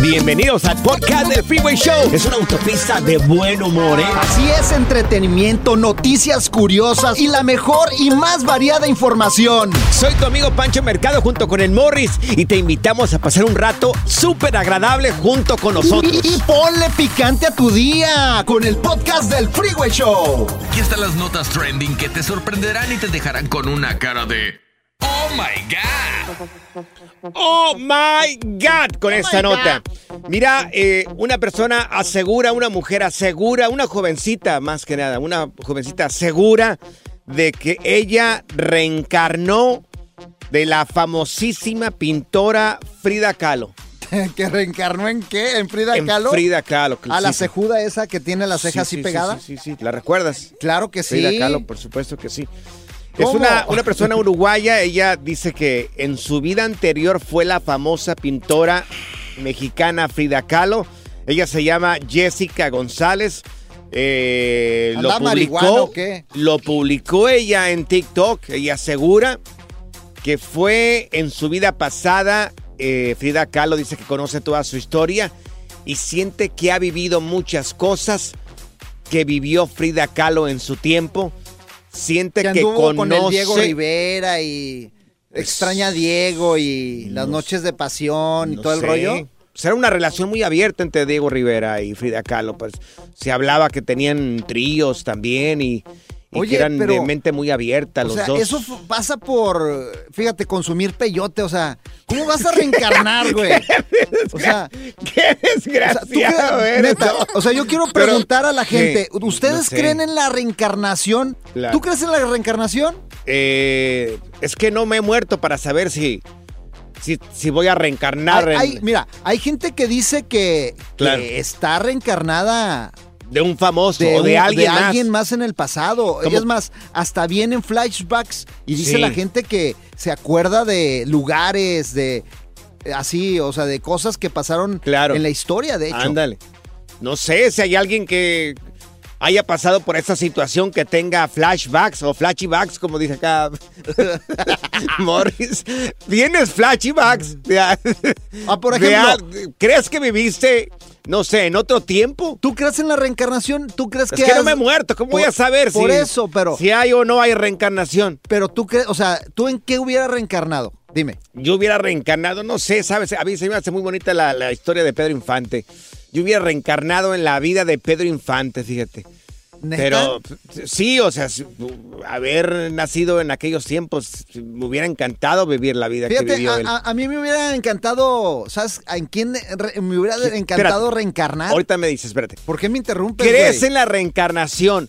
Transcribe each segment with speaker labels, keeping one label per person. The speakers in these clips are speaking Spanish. Speaker 1: Bienvenidos al podcast del Freeway Show. Es una autopista de buen humor, ¿eh?
Speaker 2: Así es, entretenimiento, noticias curiosas y la mejor y más variada información.
Speaker 1: Soy tu amigo Pancho Mercado junto con el Morris y te invitamos a pasar un rato súper agradable junto con nosotros.
Speaker 2: Y ponle picante a tu día con el podcast del Freeway Show.
Speaker 3: Aquí están las notas trending que te sorprenderán y te dejarán con una cara de... ¡Oh, my God!
Speaker 1: Oh my God con esta nota. Mira, eh, una persona asegura, una mujer asegura, una jovencita más que nada, una jovencita asegura de que ella reencarnó de la famosísima pintora Frida Kahlo.
Speaker 2: Eh, ¿Que reencarnó en qué? ¿En Frida
Speaker 1: En
Speaker 2: Kahlo?
Speaker 1: Frida Kahlo.
Speaker 2: ¿A la
Speaker 1: sí, sí.
Speaker 2: cejuda esa que tiene la ceja así
Speaker 1: Sí, sí,
Speaker 2: pegada?
Speaker 1: Sí, sí, sí. ¿La recuerdas?
Speaker 2: Claro que sí.
Speaker 1: Frida Kahlo, por supuesto que sí.
Speaker 2: ¿Cómo?
Speaker 1: Es una, una persona uruguaya, ella dice que en su vida anterior fue la famosa pintora mexicana Frida Kahlo. Ella se llama Jessica González. Eh, lo,
Speaker 2: ¿Andaba marihuana
Speaker 1: publicó,
Speaker 2: o qué?
Speaker 1: lo publicó ella en TikTok. Ella asegura que fue en su vida pasada. eh, Frida Kahlo dice que conoce toda su historia y siente que ha vivido muchas cosas que vivió Frida Kahlo en su tiempo. Siente
Speaker 2: Que
Speaker 1: que,
Speaker 2: anduvo
Speaker 1: conoce. Pues
Speaker 2: con el Diego Rivera y extraña a Diego y las noches de pasión y
Speaker 1: no
Speaker 2: todo el
Speaker 1: sé.
Speaker 2: rollo.
Speaker 1: Pues era una relación muy abierta entre Diego Rivera y Frida Kahlo. Pues se hablaba que tenían tríos también y, y
Speaker 2: Oye,
Speaker 1: que eran de
Speaker 2: pero-
Speaker 1: mente muy abierta los
Speaker 2: o sea,
Speaker 1: dos.
Speaker 2: eso fu- pasa por, fíjate, consumir peyote, o sea, ¿cómo vas a reencarnar, güey? O sea,
Speaker 1: ¡Qué
Speaker 2: o sea, tú
Speaker 1: desgraciado
Speaker 2: cre-
Speaker 1: eres!
Speaker 2: neta, o sea, yo quiero
Speaker 1: Pero-
Speaker 2: preguntar a la gente,
Speaker 1: ¿Qué?
Speaker 2: ¿ustedes
Speaker 1: No sé.
Speaker 2: creen en la reencarnación?
Speaker 1: Claro.
Speaker 2: ¿Tú crees en la reencarnación?
Speaker 1: Eh, es que no me he muerto para saber si, si, si voy a reencarnar
Speaker 2: Hay-
Speaker 1: en-
Speaker 2: hay- mira, hay gente que dice que, que
Speaker 1: Claro.
Speaker 2: está reencarnada
Speaker 1: de un famoso
Speaker 2: de,
Speaker 1: o de
Speaker 2: un-
Speaker 1: alguien más.
Speaker 2: en el pasado.
Speaker 1: ¿Cómo?
Speaker 2: Es más, hasta vienen flashbacks y dice
Speaker 1: Sí.
Speaker 2: la gente que se acuerda de lugares, de eh, así, o sea, de cosas que pasaron
Speaker 1: Claro.
Speaker 2: en la historia, de hecho.
Speaker 1: Ándale. No sé si hay alguien que haya pasado por esa situación que tenga flashbacks o flashbacks, como dice acá Morris. ¿Tienes flashbacks? De a-
Speaker 2: Mm. Ah, por
Speaker 1: de a-
Speaker 2: ejemplo,
Speaker 1: ¿Crees que viviste, no sé, en otro tiempo?
Speaker 2: ¿tú crees en la reencarnación? ¿Tú crees
Speaker 1: Es
Speaker 2: que
Speaker 1: que no
Speaker 2: has-
Speaker 1: me he muerto, ¿cómo voy
Speaker 2: por-
Speaker 1: a saber
Speaker 2: por
Speaker 1: si,
Speaker 2: eso, pero-
Speaker 1: si hay o no hay reencarnación?
Speaker 2: Pero tú crees, o sea, ¿tú en qué hubiera reencarnado? Dime.
Speaker 1: Yo hubiera reencarnado, no sé, ¿sabes? A mí se me hace muy bonita la, la historia de Pedro Infante. Yo hubiera reencarnado en la vida de Pedro Infante, fíjate.
Speaker 2: ¿Neta?
Speaker 1: Pero p- sí, o sea, si- haber nacido en aquellos tiempos, me hubiera encantado vivir la vida que
Speaker 2: Fíjate, ah,
Speaker 1: vivió él.
Speaker 2: a, a- a mí me hubiera encantado, ¿sabes? ¿En quién re- me hubiera encantado
Speaker 1: Espérate.
Speaker 2: reencarnar?
Speaker 1: Ahorita me dices, espérate.
Speaker 2: ¿Por qué me interrumpes,
Speaker 1: ¿Crees
Speaker 2: güey?
Speaker 1: en la reencarnación?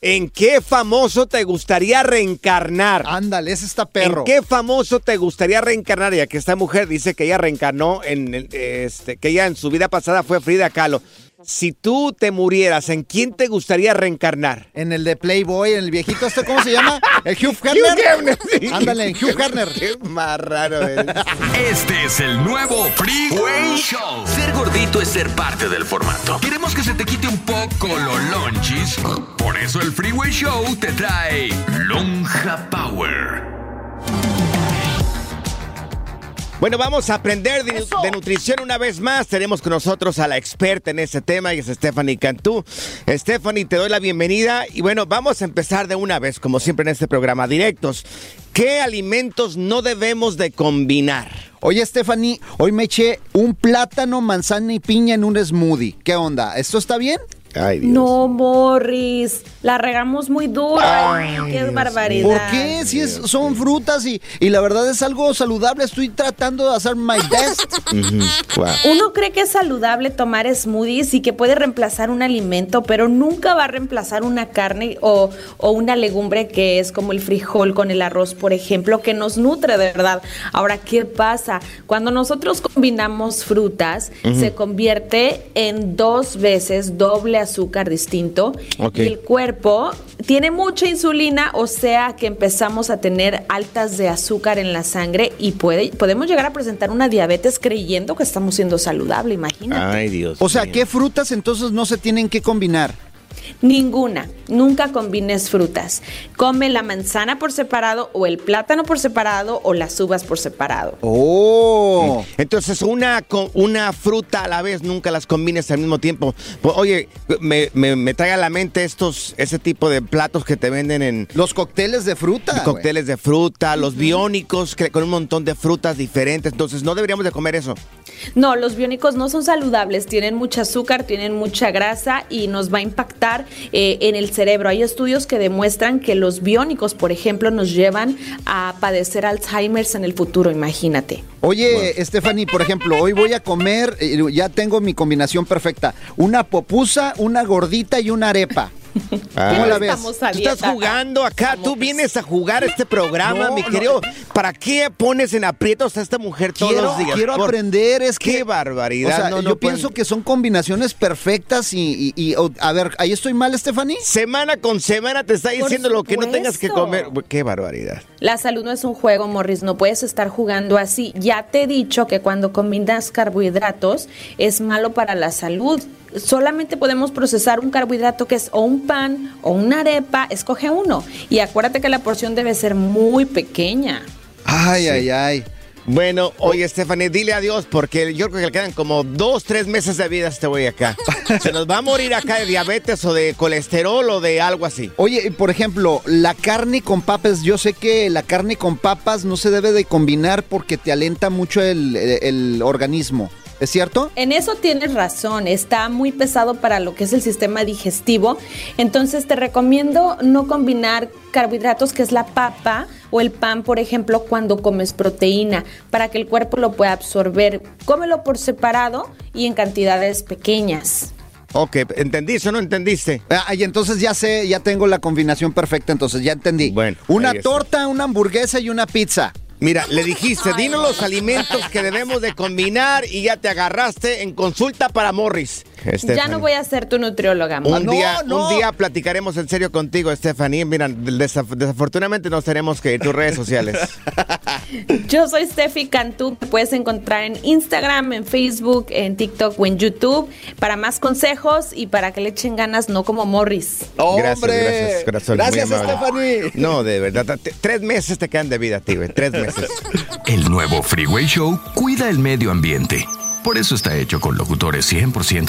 Speaker 1: ¿En qué famoso te gustaría reencarnar?
Speaker 2: Ándale, ese está perro.
Speaker 1: ¿En qué famoso te gustaría reencarnar? Ya que esta mujer dice que ella reencarnó en el- este, que ella en su vida pasada fue Frida Kahlo. Si tú te murieras, ¿en quién te gustaría reencarnar?
Speaker 2: En el de Playboy, en el viejito, ¿este cómo se llama? El Hugh Hefner.
Speaker 1: Hefner, sí.
Speaker 2: Ándale, en Hugh Hefner.
Speaker 1: Qué más raro
Speaker 3: Este es el nuevo Freeway Show. Ser gordito es ser parte del formato. Queremos que se te quite un poco los lonchis. Por eso el Freeway Show te trae Lonja Power.
Speaker 1: Bueno, vamos a aprender de, de nutrición una vez más. Tenemos con nosotros a la experta en este tema, que es Stephanie Cantú. Stephanie, te doy la bienvenida. Y bueno, vamos a empezar de una vez, como siempre en este programa, directos. ¿Qué alimentos no debemos de combinar?
Speaker 2: Oye, Stephanie, hoy me eché un plátano, manzana y piña en un smoothie. ¿Qué onda? ¿Esto está bien?
Speaker 1: Ay,
Speaker 4: No, Morris, la regamos muy duro. qué barbaridad.
Speaker 2: ¿Por qué? Si es- son frutas y, y la verdad es algo saludable. Estoy tratando de hacer my best.
Speaker 4: Uno cree que es saludable tomar smoothies y que puede reemplazar un alimento, pero nunca va a reemplazar una carne o, o una legumbre que es como el frijol con el arroz, por ejemplo, que nos nutre de verdad. Ahora, ¿qué pasa? Cuando nosotros combinamos frutas, se convierte en dos veces doble azúcar distinto
Speaker 1: Ok.
Speaker 4: y el cuerpo tiene mucha insulina, o sea que empezamos a tener altas de azúcar en la sangre y puede, podemos llegar a presentar una diabetes creyendo que estamos siendo saludable, imagínate.
Speaker 1: Ay, Dios.
Speaker 2: O sea,
Speaker 1: mío.
Speaker 2: ¿qué frutas entonces no se tienen que combinar?
Speaker 4: Ninguna, nunca combines frutas. Come la manzana por separado o el plátano por separado o las uvas por separado.
Speaker 2: Oh.
Speaker 1: Entonces, una, co- una fruta a la vez, nunca las combines al mismo tiempo. Po- Oye, me, me, me trae a la mente estos, ese tipo de platos que te venden en
Speaker 2: Los cócteles de fruta. güey.
Speaker 1: cócteles de fruta, los biónicos que, con un montón de frutas diferentes. Entonces, no deberíamos de comer eso.
Speaker 4: No, los biónicos no son saludables, tienen mucha azúcar, tienen mucha grasa y nos va a impactar eh, en el cerebro. Hay estudios que demuestran que los biónicos, por ejemplo, nos llevan a padecer Alzheimer's en el futuro, imagínate.
Speaker 2: Oye, Stephanie, por ejemplo, hoy voy a comer, eh, ya tengo mi combinación perfecta. Una popusa, una gordita y una arepa. ¿Cómo
Speaker 4: Ah. ¿Qué
Speaker 2: la
Speaker 4: no
Speaker 2: ves?
Speaker 4: estamos a
Speaker 1: Tú estás
Speaker 4: dieta?
Speaker 1: jugando acá, tú vienes a jugar este programa,
Speaker 2: No,
Speaker 1: mi
Speaker 2: no.
Speaker 1: querido. ¿Para qué pones en aprietos a esta mujer todos
Speaker 2: Quiero,
Speaker 1: los días?
Speaker 2: quiero
Speaker 1: Por-
Speaker 2: aprender, es que...
Speaker 1: Qué barbaridad.
Speaker 2: O sea,
Speaker 1: No, no
Speaker 2: yo
Speaker 1: pueden-
Speaker 2: pienso que son combinaciones perfectas y... y- y- o- a ver, ¿ahí estoy mal, Stephanie?
Speaker 1: Semana con semana te está diciendo lo que no tengas que comer.
Speaker 4: supuesto.
Speaker 1: Qué barbaridad.
Speaker 4: La salud no es un juego, Morris, no puedes estar jugando así. Ya te he dicho que cuando combinas carbohidratos es malo para la salud. Solamente podemos procesar un carbohidrato que es o un pan o una arepa, escoge uno. Y acuérdate que la porción debe ser muy pequeña.
Speaker 2: Ay, ay, ay. Oh.
Speaker 1: Bueno, oye, Stephanie, dile adiós porque yo creo que le quedan como dos, tres meses de vida a este güey acá. Se nos va a morir acá de diabetes o de colesterol o de algo así.
Speaker 2: Oye, y por ejemplo, la carne con papas, yo sé que la carne con papas no se debe de combinar porque te alenta mucho el, el organismo. ¿Es cierto?
Speaker 4: En eso tienes razón, está muy pesado para lo que es el sistema digestivo. Entonces te recomiendo no combinar carbohidratos, que es la papa o el pan, por ejemplo, cuando comes proteína, para que el cuerpo lo pueda absorber. Cómelo por separado y en cantidades pequeñas.
Speaker 1: Ok, ¿entendiste o no entendiste?
Speaker 2: Ah, y entonces ya sé, ya tengo la combinación perfecta, entonces ya entendí.
Speaker 1: Bueno,
Speaker 2: una
Speaker 1: ahí está.
Speaker 2: torta, una hamburguesa y una pizza.
Speaker 1: Mira, le dijiste, dinos los alimentos que debemos de combinar y ya te agarraste en consulta para Morris.
Speaker 4: Ya no voy a ser tu nutrióloga. amor.
Speaker 1: Un,
Speaker 2: no,
Speaker 1: día,
Speaker 2: no.
Speaker 1: un día platicaremos en serio contigo, Stephanie. Mira, desaf- desafortunadamente nos tenemos que ir. Tus redes sociales.
Speaker 4: Yo soy Steffi Cantú. Me puedes encontrar en Instagram, en Facebook, en TikTok o en YouTube para más consejos y para que le echen ganas, no como Morris.
Speaker 1: Gracias, gracias, corazón. muy
Speaker 2: Gracias,
Speaker 1: amable.
Speaker 2: Stephanie.
Speaker 1: No, de verdad. te- Tres meses te quedan de vida, tío. güey, Tres meses.
Speaker 3: El nuevo Freeway Show cuida el medio ambiente. Por eso está hecho con locutores 100%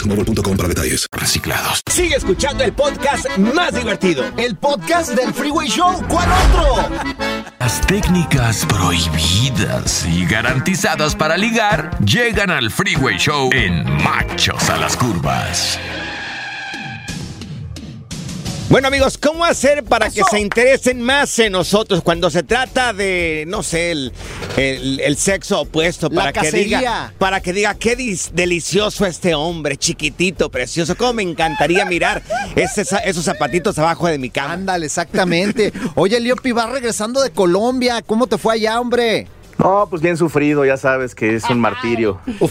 Speaker 5: para detalles. Reciclados.
Speaker 6: Sigue escuchando el podcast más divertido.
Speaker 7: El podcast del Freeway Show. ¿Cuál otro?
Speaker 3: Las técnicas prohibidas y garantizadas para ligar llegan al Freeway Show en Machos a las Curvas.
Speaker 1: Bueno amigos, ¿cómo hacer para que se interesen más en nosotros cuando se trata de, no sé, el, el- el sexo opuesto?
Speaker 2: La
Speaker 1: Para que,
Speaker 2: cacería.
Speaker 1: diga, para que diga, qué dis- delicioso este hombre, chiquitito, precioso. ¿Cómo me encantaría mirar ese za- esos zapatitos abajo de mi cama?
Speaker 2: Ándale, exactamente. Oye, Liopi, vas regresando de Colombia. ¿Cómo te fue allá, hombre?
Speaker 8: No, pues bien sufrido, ya sabes que es un martirio.
Speaker 1: Uh,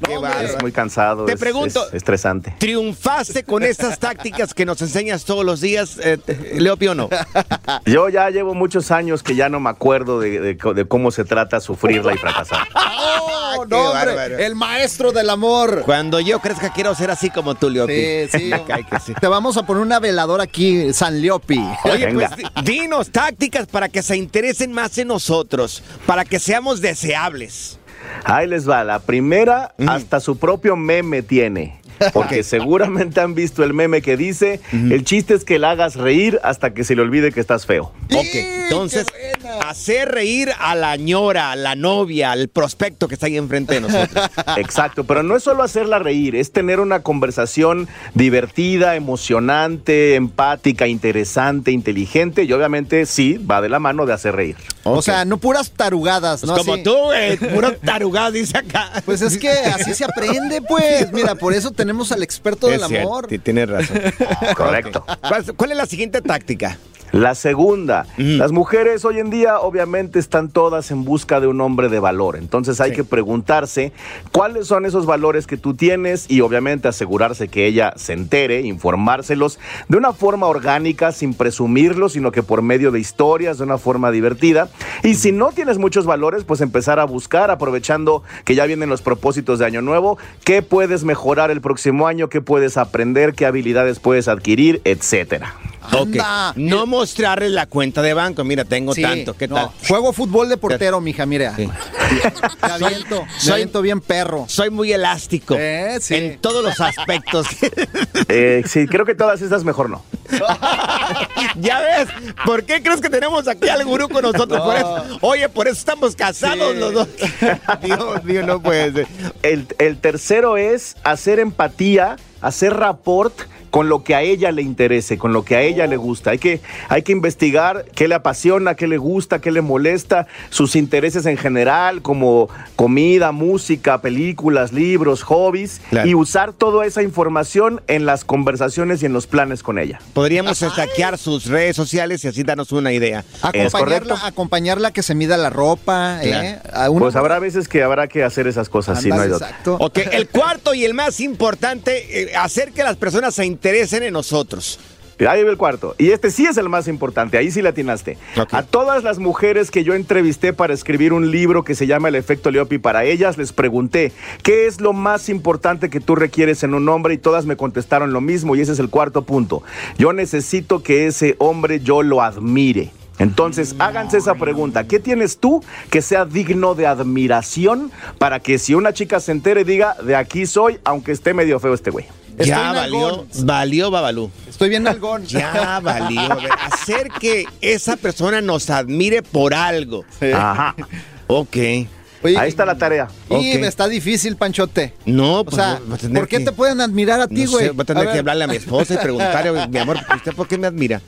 Speaker 1: Qué bárbaro.
Speaker 8: Es muy cansado.
Speaker 1: Te
Speaker 8: es-
Speaker 1: pregunto-
Speaker 8: es estresante.
Speaker 1: ¿Triunfaste con estas tácticas que nos enseñas todos los días, eh, Leopi o no?
Speaker 8: Yo ya llevo muchos años que ya no me acuerdo de, de co- de cómo se trata sufrirla y fracasar.
Speaker 2: ¡Oh, no, hombre!
Speaker 1: Ah, bárbaro.
Speaker 2: El maestro del amor.
Speaker 1: Cuando yo crezca quiero ser así como tú, Leopi.
Speaker 2: Sí, sí.
Speaker 1: Ay, que sí.
Speaker 2: Te vamos a poner una veladora aquí, San Liopi.
Speaker 1: Oye,
Speaker 8: Venga.
Speaker 1: pues di- dinos tácticas para que se interesen más en nosotros, para que seamos deseables.
Speaker 8: Ahí les va, la primera hasta su propio meme tiene. Porque seguramente han visto el meme que dice, el chiste es que la hagas reír hasta que se le olvide que estás feo.
Speaker 1: Ok, entonces, hacer reír a la ñora, a la novia, al prospecto que está ahí enfrente de nosotros.
Speaker 8: Exacto, pero no es solo hacerla reír, es tener una conversación divertida, emocionante, empática, interesante, inteligente y obviamente sí, va de la mano de hacer reír.
Speaker 2: O sea, no puras tarugadas, ¿no?
Speaker 1: Pues como
Speaker 2: Así.
Speaker 1: tú, güey, puro tarugado, dice acá.
Speaker 2: Pues es que así se aprende, pues. Mira, por eso tenemos al experto del
Speaker 1: Es cierto,
Speaker 2: amor.
Speaker 1: ti- Tienes razón.
Speaker 8: Correcto.
Speaker 1: ¿Cuál, cuál es la siguiente táctica?
Speaker 8: La segunda, las mujeres hoy en día obviamente están todas en busca de un hombre de valor, entonces hay que preguntarse cuáles son esos valores que tú tienes y obviamente asegurarse que ella se entere, informárselos de una forma orgánica, sin presumirlo, sino que por medio de historias, de una forma divertida. Y si no tienes muchos valores, pues empezar a buscar, aprovechando que ya vienen los propósitos de Año Nuevo, qué puedes mejorar el próximo año, qué puedes aprender, qué habilidades puedes adquirir, etcétera.
Speaker 2: Anda.
Speaker 1: Ok, No mostrarles la cuenta de banco. Mira, tengo
Speaker 2: Sí,
Speaker 1: tanto. ¿Qué
Speaker 2: no.
Speaker 1: tal?
Speaker 2: Juego fútbol de portero, mija, mira.
Speaker 1: Sí.
Speaker 2: Te aviento, me
Speaker 1: soy-
Speaker 2: aviento bien perro.
Speaker 1: Soy muy elástico
Speaker 2: Eh, sí.
Speaker 1: en todos los aspectos.
Speaker 8: Eh, sí, creo que todas estas mejor no.
Speaker 1: ya ves, ¿por qué crees que tenemos aquí al gurú con nosotros? Por eso- oye, por eso estamos casados
Speaker 2: Sí.
Speaker 1: los dos. Dios mío, no puede ser.
Speaker 8: El, el tercero es hacer empatía, hacer rapport con lo que a ella le interese, con lo que a ella le gusta. Hay que, hay que investigar qué le apasiona, qué le gusta, qué le molesta, sus intereses en general, como comida, música, películas, libros, hobbies,
Speaker 1: Claro.
Speaker 8: y usar toda esa información en las conversaciones y en los planes con ella.
Speaker 1: Podríamos hackear sus redes sociales y así darnos una idea.
Speaker 8: correcto.
Speaker 2: Acompañarla, acompañarla que se mida la ropa, ¿eh? A una-
Speaker 8: Pues habrá veces que habrá que hacer esas cosas, sí, no
Speaker 2: Andas
Speaker 8: hay otra.
Speaker 2: exacto.
Speaker 1: Ok, el cuarto y el más importante, eh, hacer que las personas se interesen en nosotros.
Speaker 8: Ahí va el cuarto. Y este sí es el más importante, ahí sí la atinaste.
Speaker 1: Ok.
Speaker 8: A todas las mujeres que yo entrevisté para escribir un libro que se llama El efecto Leopi, para ellas les pregunté, ¿qué es lo más importante que tú requieres en un hombre? Y todas me contestaron lo mismo y ese es el cuarto punto. Yo necesito que ese hombre yo lo admire. Entonces, háganse esa pregunta. ¿Qué tienes tú que sea digno de admiración para que si una chica se entere diga, de aquí soy, aunque esté medio feo este güey?
Speaker 2: Estoy
Speaker 1: ya
Speaker 2: en
Speaker 1: valió,
Speaker 2: algón.
Speaker 1: valió Babalú.
Speaker 2: Estoy bien algón.
Speaker 1: Ya valió. A ver, hacer que esa persona nos admire por algo.
Speaker 8: Ajá.
Speaker 1: Ok.
Speaker 2: Oye,
Speaker 8: Ahí está la tarea.
Speaker 2: Y
Speaker 1: Ok.
Speaker 2: me está difícil, Panchote.
Speaker 1: No,
Speaker 2: O
Speaker 1: pues,
Speaker 2: sea,
Speaker 1: va a tener
Speaker 2: ¿por qué
Speaker 1: que-
Speaker 2: te pueden admirar a ti,
Speaker 1: No
Speaker 2: güey?
Speaker 1: sé, voy a tener
Speaker 2: A
Speaker 1: que
Speaker 2: ver,
Speaker 1: hablarle a mi esposa y preguntarle, oye, mi amor, ¿usted por qué me admira?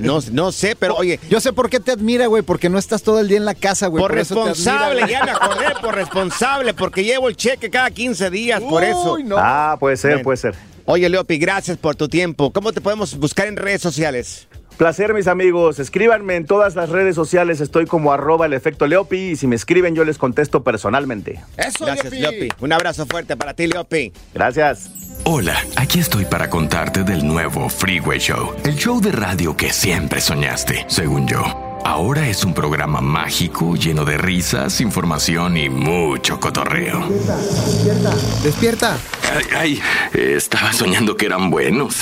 Speaker 1: No, no sé, pero oye,
Speaker 2: Yo sé por qué te admira, güey, porque no estás todo el día en la casa, güey.
Speaker 1: por
Speaker 2: eso te admira,
Speaker 1: responsable,
Speaker 2: güey.
Speaker 1: ya me acordé, por responsable, porque llevo el cheque cada 15 días, por eso.
Speaker 2: Uy, no.
Speaker 8: Ah, puede ser,
Speaker 1: Bueno.
Speaker 8: puede ser.
Speaker 1: Oye, Leopi, gracias por tu tiempo. ¿Cómo te podemos buscar en redes sociales?
Speaker 8: Placer, mis amigos. Escríbanme en todas las redes sociales. Estoy como arroba el efecto Leopi. Y si me escriben, yo les contesto personalmente.
Speaker 1: Eso, Gracias, Leopi. Leopi. Un abrazo fuerte para ti, Leopi.
Speaker 8: Gracias.
Speaker 3: Hola, aquí estoy para contarte del nuevo Freeway Show, el show de radio que siempre soñaste, según yo. Ahora es un programa mágico, lleno de risas, información y mucho cotorreo.
Speaker 2: Despierta, despierta.
Speaker 3: Ay, ay, estaba soñando que eran buenos.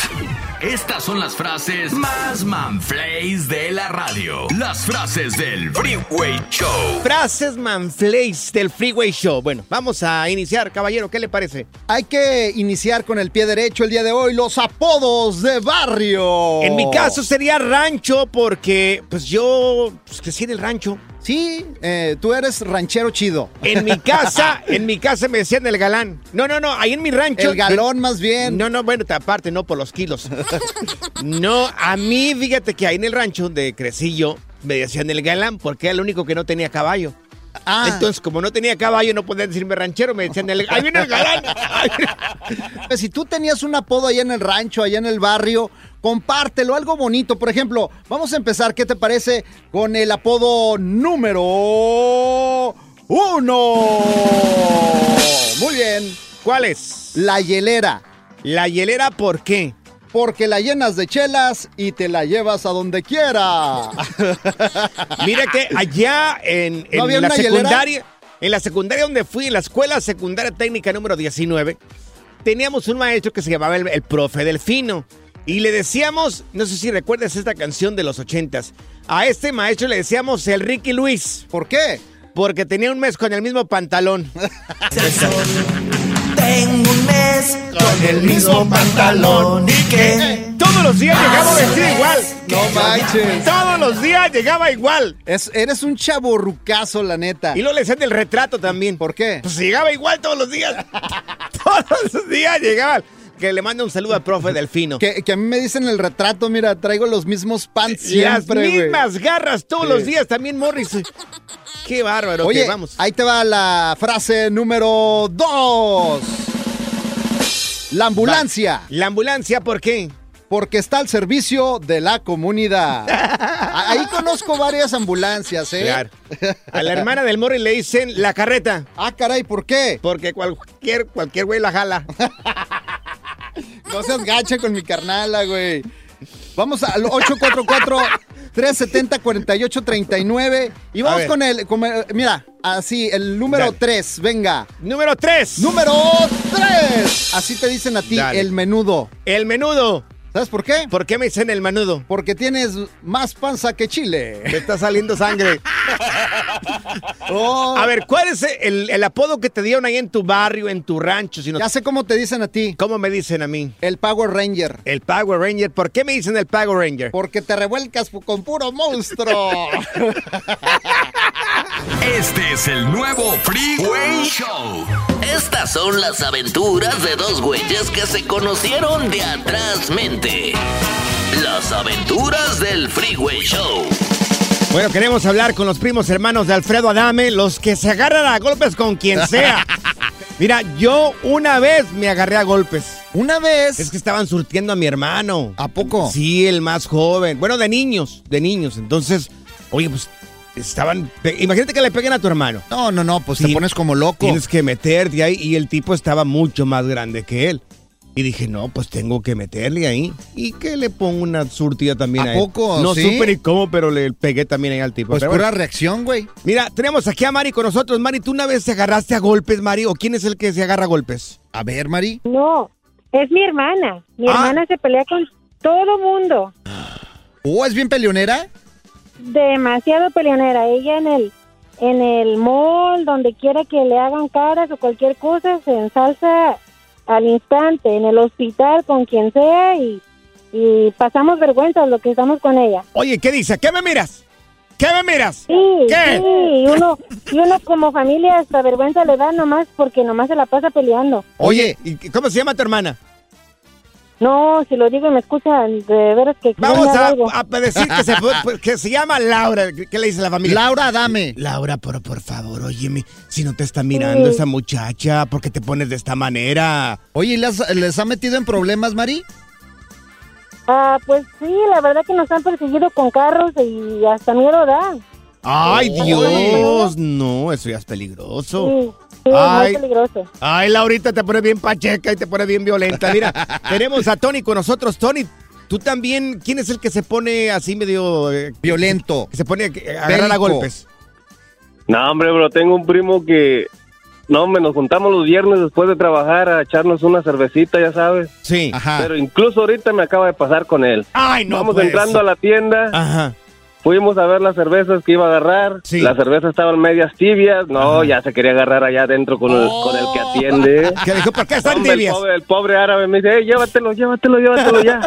Speaker 3: Estas son las frases más manflays de la radio. Las frases del Freeway Show.
Speaker 1: Frases manflays del Freeway Show. Bueno, vamos a iniciar, caballero. ¿Qué le parece?
Speaker 2: Hay que iniciar con el pie derecho el día de hoy. Los apodos de barrio.
Speaker 1: En mi caso sería rancho porque, pues yo pues, crecí en el rancho.
Speaker 2: Sí, eh, tú eres ranchero chido.
Speaker 1: En mi casa, en mi casa me decían el galán. No, no, no, ahí en mi rancho.
Speaker 2: El galón más bien.
Speaker 1: No, no, bueno, aparte, no por los kilos. No, a mí, fíjate que ahí en el rancho donde crecí yo, me decían el galán porque era el único que no tenía caballo. Ah. Entonces, como no tenía caballo, no podían decirme ranchero, me decían, el, ¡ahí viene el galán!
Speaker 2: si tú tenías un apodo allá en el rancho, allá en el barrio, compártelo, algo bonito. Por ejemplo, vamos a empezar, ¿qué te parece con el apodo número uno? Muy bien.
Speaker 1: ¿Cuál es?
Speaker 2: La hielera.
Speaker 1: ¿La hielera por qué?
Speaker 2: porque la llenas de chelas y te la llevas a donde quiera.
Speaker 1: Mira que allá en, en ¿No la secundaria, hielera? en la secundaria donde fui, en la escuela secundaria técnica número 19, teníamos un maestro que se llamaba el, el profe Delfino. Y le decíamos, no sé si recuerdas esta canción de los ochentas, a este maestro le decíamos el Ricky Luis.
Speaker 2: ¿Por qué?
Speaker 1: Porque tenía un mes con el mismo pantalón.
Speaker 9: tengo un mes con el mismo pantalón y que
Speaker 1: todos los días llegaba vestido igual.
Speaker 2: Ah, No manches.
Speaker 1: Todos los días llegaba igual.
Speaker 2: Es, eres un chaborrucazo, la neta.
Speaker 1: Y lo le hacen el retrato también.
Speaker 2: ¿Por qué?
Speaker 1: Pues llegaba igual todos los días. todos los días llegaba. Que le manda un saludo al profe Delfino.
Speaker 2: Que, que, a mí me dicen el retrato, mira, traigo los mismos pants siempre,
Speaker 1: Las mismas wey. garras todos sí. los días, también Morris. Qué bárbaro.
Speaker 2: Oye,
Speaker 1: que vamos.
Speaker 2: ahí te va la frase número dos. La ambulancia.
Speaker 1: La, la ambulancia, ¿por qué?
Speaker 2: Porque está al servicio de la comunidad. ahí conozco varias ambulancias, ¿eh? Claro.
Speaker 1: A la hermana del Morris le dicen la carreta.
Speaker 2: Ah, caray, ¿por qué?
Speaker 1: Porque cualquier, cualquier güey la jala.
Speaker 2: No seas gacha con mi carnala, güey. Vamos al 844-370-4839. Y vamos con el, con el, Mira, así, el número Dale. 3, venga.
Speaker 1: Número 3.
Speaker 2: Número 3. Así te dicen a ti, Dale. el menudo.
Speaker 1: El menudo.
Speaker 2: ¿Sabes por qué?
Speaker 1: ¿Por qué me dicen el menudo?
Speaker 2: Porque tienes más panza que chile.
Speaker 1: Me está saliendo sangre. oh. A ver, ¿cuál es el, el, apodo que te dieron ahí en tu barrio, en tu rancho? Si no...
Speaker 2: Ya sé cómo te dicen a ti.
Speaker 1: ¿Cómo me dicen a mí?
Speaker 2: El Power Ranger.
Speaker 1: El Power Ranger. ¿Por qué me dicen el Power Ranger?
Speaker 2: Porque te revuelcas con puro monstruo.
Speaker 3: Este es el nuevo Freeway Show.
Speaker 10: Estas son las aventuras de dos güeyes que se conocieron de atrás mente. Las aventuras del Freeway Show.
Speaker 1: Bueno, queremos hablar con los primos hermanos de Alfredo Adame, los que se agarran a golpes con quien sea. Mira, yo una vez me agarré a golpes.
Speaker 2: ¿Una vez?
Speaker 1: Es que estaban surtiendo a mi hermano.
Speaker 2: ¿A poco?
Speaker 1: Sí, el más joven. Bueno, de niños, de niños. Entonces, oye, pues estaban. Imagínate que le peguen a tu hermano.
Speaker 2: No, no, no, pues sí, te pones como loco.
Speaker 1: Tienes que meterte ahí y el tipo estaba mucho más grande que él. Y dije, no, pues tengo que meterle ahí. Y que le pongo una surtida también
Speaker 2: ¿A
Speaker 1: a
Speaker 2: él. poco?
Speaker 1: No ¿sí? supe ni cómo, pero le pegué también ahí al tipo.
Speaker 2: Pues
Speaker 1: pero
Speaker 2: pura bueno. reacción, güey.
Speaker 1: Mira, tenemos aquí a Mari con nosotros. Mari, ¿tú una vez te agarraste a golpes, Mari? ¿O quién es el que se agarra a golpes?
Speaker 2: A ver, Mari.
Speaker 11: No, es mi hermana. Mi ah. hermana se pelea con todo mundo.
Speaker 2: ¿Oh, es bien peleonera?
Speaker 11: demasiado peleonera. Ella en el en el mall, donde quiera que le hagan caras o cualquier cosa, se ensalza al instante, en el hospital, con quien sea, y, y pasamos vergüenza lo que estamos con ella.
Speaker 1: Oye, ¿qué dice? ¿Qué me miras? ¿Qué me miras?
Speaker 11: Sí,
Speaker 1: ¿Qué?
Speaker 11: sí, y uno, y uno como familia hasta vergüenza le da nomás porque nomás se la pasa peleando.
Speaker 1: Oye, ¿y cómo se llama tu hermana?
Speaker 11: No, si lo digo y me escuchan, de veras que...
Speaker 1: Vamos a, a, decir que se, pues, que se, llama Laura, ¿qué le dice la familia?
Speaker 2: Laura, dame.
Speaker 1: Laura, por, por favor, óyeme, si no te está mirando sí. esa muchacha, ¿por qué te pones de esta manera?
Speaker 2: Oye, ¿les, les ha metido en problemas, Mari?
Speaker 11: Ah, pues sí, la verdad que nos han perseguido con carros y hasta miedo da.
Speaker 1: Ay, Dios, no, eso ya es peligroso.
Speaker 11: Sí, sí,
Speaker 1: Ay.
Speaker 11: es muy peligroso.
Speaker 1: Ay, Laurita, te pones bien pacheca y te pones bien violenta. Mira, tenemos a Tony con nosotros. Tony, tú también, ¿quién es el que se pone así medio... eh,
Speaker 2: Violento.
Speaker 1: Que se pone eh, a agarrar a
Speaker 2: Bélico.
Speaker 1: golpes.
Speaker 12: No, hombre, bro, tengo un primo que... No, hombre, nos juntamos los viernes después de trabajar a echarnos una cervecita, ya sabes.
Speaker 1: Sí.
Speaker 12: Pero incluso ahorita me acaba de pasar con él.
Speaker 1: Ay, no,
Speaker 12: Vamos
Speaker 1: pues.
Speaker 12: entrando a la tienda.
Speaker 1: Ajá.
Speaker 12: Fuimos a ver las cervezas que iba a agarrar. Las cervezas estaban medias tibias. No, ya se quería agarrar allá adentro con, el, con el que atiende.
Speaker 1: ¿Qué Oh. dijo? ¿Por qué
Speaker 12: están tibias? El pobre, el pobre árabe me dice, "Ey, llévatelo, llévatelo, llévatelo ya.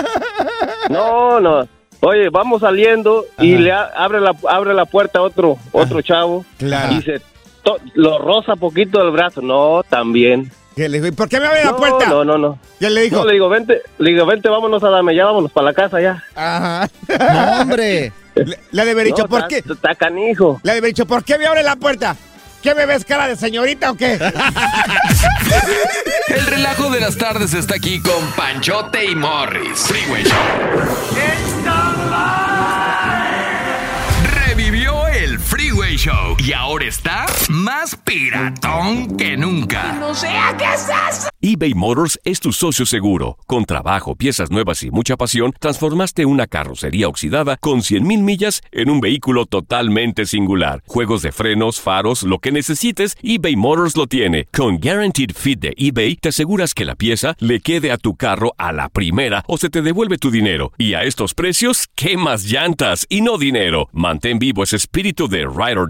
Speaker 12: no, no. Oye, vamos saliendo y
Speaker 1: Ajá. Ah,
Speaker 12: le a- abre la abre la puerta a otro otro chavo.
Speaker 1: claro.
Speaker 12: Y se to- lo roza poquito el brazo. No, también.
Speaker 1: ¿Qué le dijo? ¿Y por qué me abre la
Speaker 12: No,
Speaker 1: puerta?
Speaker 12: No, no, no.
Speaker 1: ¿Qué le dijo?
Speaker 12: No, le digo, vente, le digo, vente, vámonos a dame, ya vámonos para la casa ya.
Speaker 1: Ajá. No, hombre. La de haber dicho,
Speaker 12: No,
Speaker 1: ¿por
Speaker 12: está-
Speaker 1: qué?
Speaker 12: Está canijo.
Speaker 1: La de haber dicho, ¿por qué me abre la puerta? ¿Qué me ves cara de señorita o qué?
Speaker 3: El relajo de las tardes está aquí con Panchote y Morris. Freeway Show. Revivió el Freeway Show y ahora está más piratón que nunca.
Speaker 9: No sé a qué es eso.
Speaker 13: eBay Motors es tu socio seguro. Con trabajo, piezas nuevas y mucha pasión, transformaste una carrocería oxidada con 100.000 millas en un vehículo totalmente singular. Juegos de frenos, faros, lo que necesites, eBay Motors lo tiene. Con Guaranteed Fit de eBay, te aseguras que la pieza le quede a tu carro a la primera o se te devuelve tu dinero. Y a estos precios, ¿qué más llantas y no dinero? Mantén vivo ese espíritu de Ride or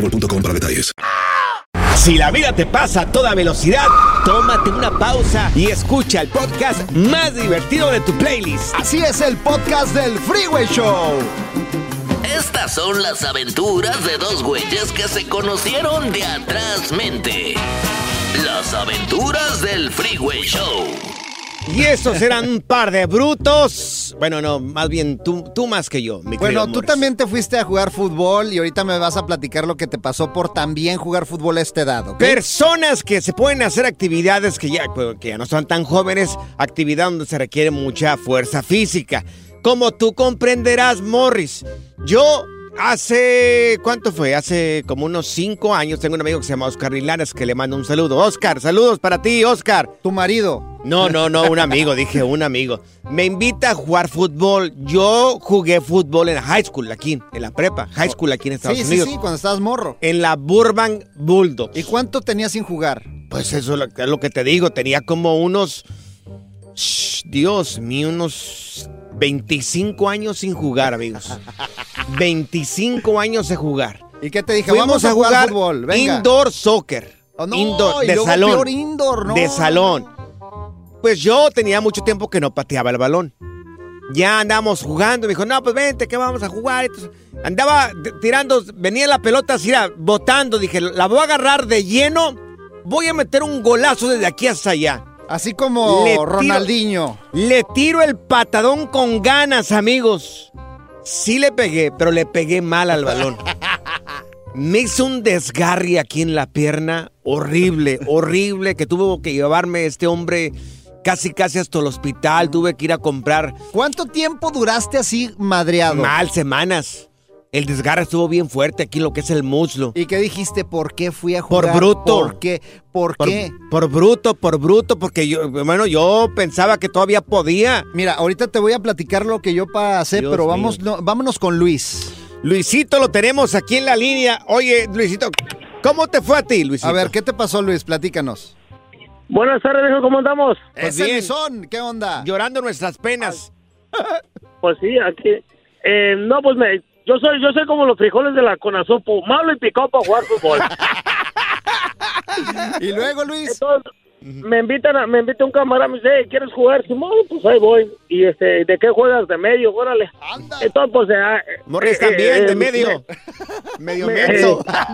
Speaker 5: para detalles.
Speaker 6: Si la vida te pasa a toda velocidad, tómate una pausa y escucha el podcast más divertido de tu playlist.
Speaker 2: Así es el podcast del Freeway Show.
Speaker 10: Estas son las aventuras de dos güeyes que se conocieron de atrás mente. Las aventuras del Freeway Show.
Speaker 1: Y esos eran un par de brutos. Bueno, no, más bien tú, tú más que yo, mi
Speaker 2: Bueno,
Speaker 1: querido
Speaker 2: tú
Speaker 1: Morris.
Speaker 2: también te fuiste a jugar fútbol y ahorita me vas a platicar lo que te pasó por también jugar fútbol a esta edad, ¿ok?
Speaker 1: Personas que se pueden hacer actividades que ya, pues, que ya no son tan jóvenes, actividad donde se requiere mucha fuerza física. Como tú comprenderás, Morris, yo hace, ¿cuánto fue? Hace como unos cinco años tengo un amigo que se llama Oscar Lilares que le mando un saludo. Oscar, saludos para ti, Oscar.
Speaker 2: Tu marido.
Speaker 1: No, no, no, un amigo, dije un amigo. Me invita a jugar fútbol. Yo jugué fútbol en la high school aquí, en la prepa, high school aquí en Estados
Speaker 2: Sí, sí,
Speaker 1: Unidos.
Speaker 2: sí, cuando estabas morro.
Speaker 1: En la Burbank Bulldogs.
Speaker 2: ¿Y cuánto tenías sin jugar?
Speaker 1: Pues eso es lo, es lo que te digo. Tenía como unos. Shh, Dios mío, unos 25 años sin jugar, amigos. 25 años de jugar.
Speaker 2: ¿Y qué te dije?
Speaker 1: Fuimos
Speaker 2: Vamos a jugar, fútbol, venga.
Speaker 1: indoor soccer.
Speaker 2: Oh, no,
Speaker 1: indoor,
Speaker 2: y
Speaker 1: de
Speaker 2: luego
Speaker 1: salón.
Speaker 2: peor indoor, no,
Speaker 1: De salón. Pues yo tenía mucho tiempo que no pateaba el balón. Ya andamos jugando. Me dijo, no, pues vente, que vamos a jugar. Entonces, andaba t- tirando, venía la pelota así, era, botando. Dije, la voy a agarrar de lleno. Voy a meter un golazo desde aquí hasta allá.
Speaker 2: Así como
Speaker 1: Le tiro-
Speaker 2: Ronaldinho.
Speaker 1: Le tiro el patadón con ganas, amigos. Sí le pegué, pero le pegué mal al balón. Me hizo un desgarre aquí en la pierna horrible, horrible, que tuvo que llevarme este hombre casi casi hasta el hospital. Tuve que ir a comprar
Speaker 2: ¿Cuánto tiempo duraste así madreado?
Speaker 1: mal semanas. El desgarre estuvo bien fuerte aquí, lo que es el muslo.
Speaker 2: ¿Y qué dijiste? ¿Por qué fui a jugar?
Speaker 1: Por bruto.
Speaker 2: ¿Por qué? ¿Por,
Speaker 1: Por,
Speaker 2: qué?
Speaker 1: por bruto, por bruto, porque yo, hermano, yo pensaba que todavía podía.
Speaker 2: Mira, ahorita te voy a platicar lo que yo pasé,
Speaker 1: Dios
Speaker 2: pero
Speaker 1: mío.
Speaker 2: vamos, no, vámonos con Luis.
Speaker 1: Luisito lo tenemos aquí en la línea. Oye, Luisito, ¿cómo te fue a ti, Luisito?
Speaker 2: A ver, ¿qué te pasó, Luis? Platícanos.
Speaker 12: Buenas tardes, viejo, ¿cómo andamos?
Speaker 2: Pues
Speaker 1: bien.
Speaker 2: son, ¿qué onda?
Speaker 1: Llorando nuestras penas.
Speaker 12: Pues sí, aquí. eh, no, pues me, yo soy yo soy como los frijoles de la Conazupo, malo y picado para jugar fútbol.
Speaker 2: y luego, Luis.
Speaker 12: Entonces, me invitan a, me invita un camarada, me dice, "Hey, ¿quieres jugar? Simón, pues ahí voy. Y este, ¿de qué juegas? De medio, órale. Entonces, pues, ah, eh,
Speaker 1: Morris
Speaker 12: eh,
Speaker 1: también,
Speaker 12: eh,
Speaker 1: de medio. medio menso.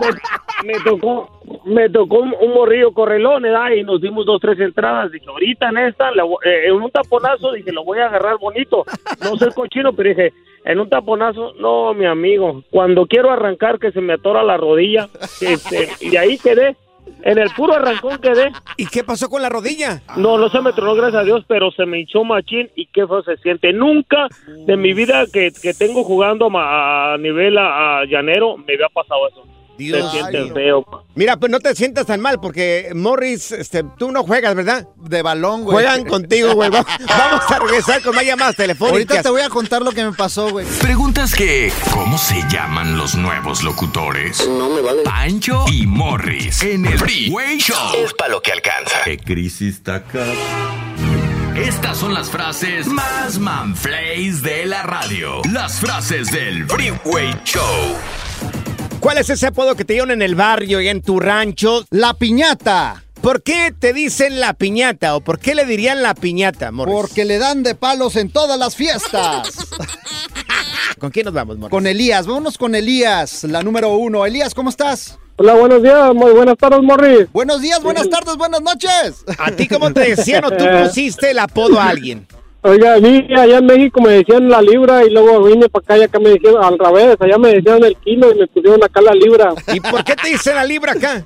Speaker 12: me, me tocó me tocó un, un morrillo correlón, ¿verdad? Y nos dimos dos, tres entradas. Dije, ahorita en esta, la vo- eh, en un taponazo, dije, lo voy a agarrar bonito. No soy cochino, pero dije, en un taponazo, no, mi amigo. Cuando quiero arrancar, que se me atora la rodilla. Este, y ahí quedé. En el puro arrancón quedé.
Speaker 1: ¿Y qué pasó con la rodilla?
Speaker 12: No, no se me tronó, gracias a Dios, pero se me hinchó machín y qué feo se siente. Nunca de mi vida que, que tengo jugando ma- a nivel a, a llanero me había pasado eso.
Speaker 1: Dios.
Speaker 12: Se siente
Speaker 1: Ay, no.
Speaker 12: feo.
Speaker 1: Mira, pues no te sientas tan mal porque Morris, este, tú no juegas, ¿verdad?
Speaker 2: De balón, güey.
Speaker 1: Juegan contigo, güey. Va- Vamos a regresar con más llamadas
Speaker 2: Ahorita
Speaker 1: telefónicas.
Speaker 2: te voy a contar lo que me pasó, güey.
Speaker 3: Preguntas que, ¿cómo se llaman los nuevos locutores? No me vale. Pancho y Morris en el Freeway Show. Es para lo que alcanza. ¿Qué crisis está acá? Estas son las frases más manflays de la radio. Las frases del Freeway Show.
Speaker 1: ¿Cuál es ese apodo que te dieron en el barrio y en tu rancho?
Speaker 2: La piñata.
Speaker 1: ¿Por qué te dicen la piñata o por qué le dirían la piñata, Morris?
Speaker 2: Porque le dan de palos en todas las fiestas.
Speaker 1: ¿Con quién nos vamos, Morris?
Speaker 2: con Elías, vámonos con Elías, la número uno. Elías, ¿cómo estás?
Speaker 12: Hola, buenos días, muy buenas tardes, Morris.
Speaker 2: Buenos días, buenas tardes, buenas noches.
Speaker 1: ¿A ti cómo te decían o tú pusiste el apodo a alguien?
Speaker 12: Oiga, a mí allá en México me decían la libra y luego vine para acá y acá me dijeron al revés, allá me decían el kilo y me pusieron acá la libra.
Speaker 1: ¿Y por qué te dicen la libra acá?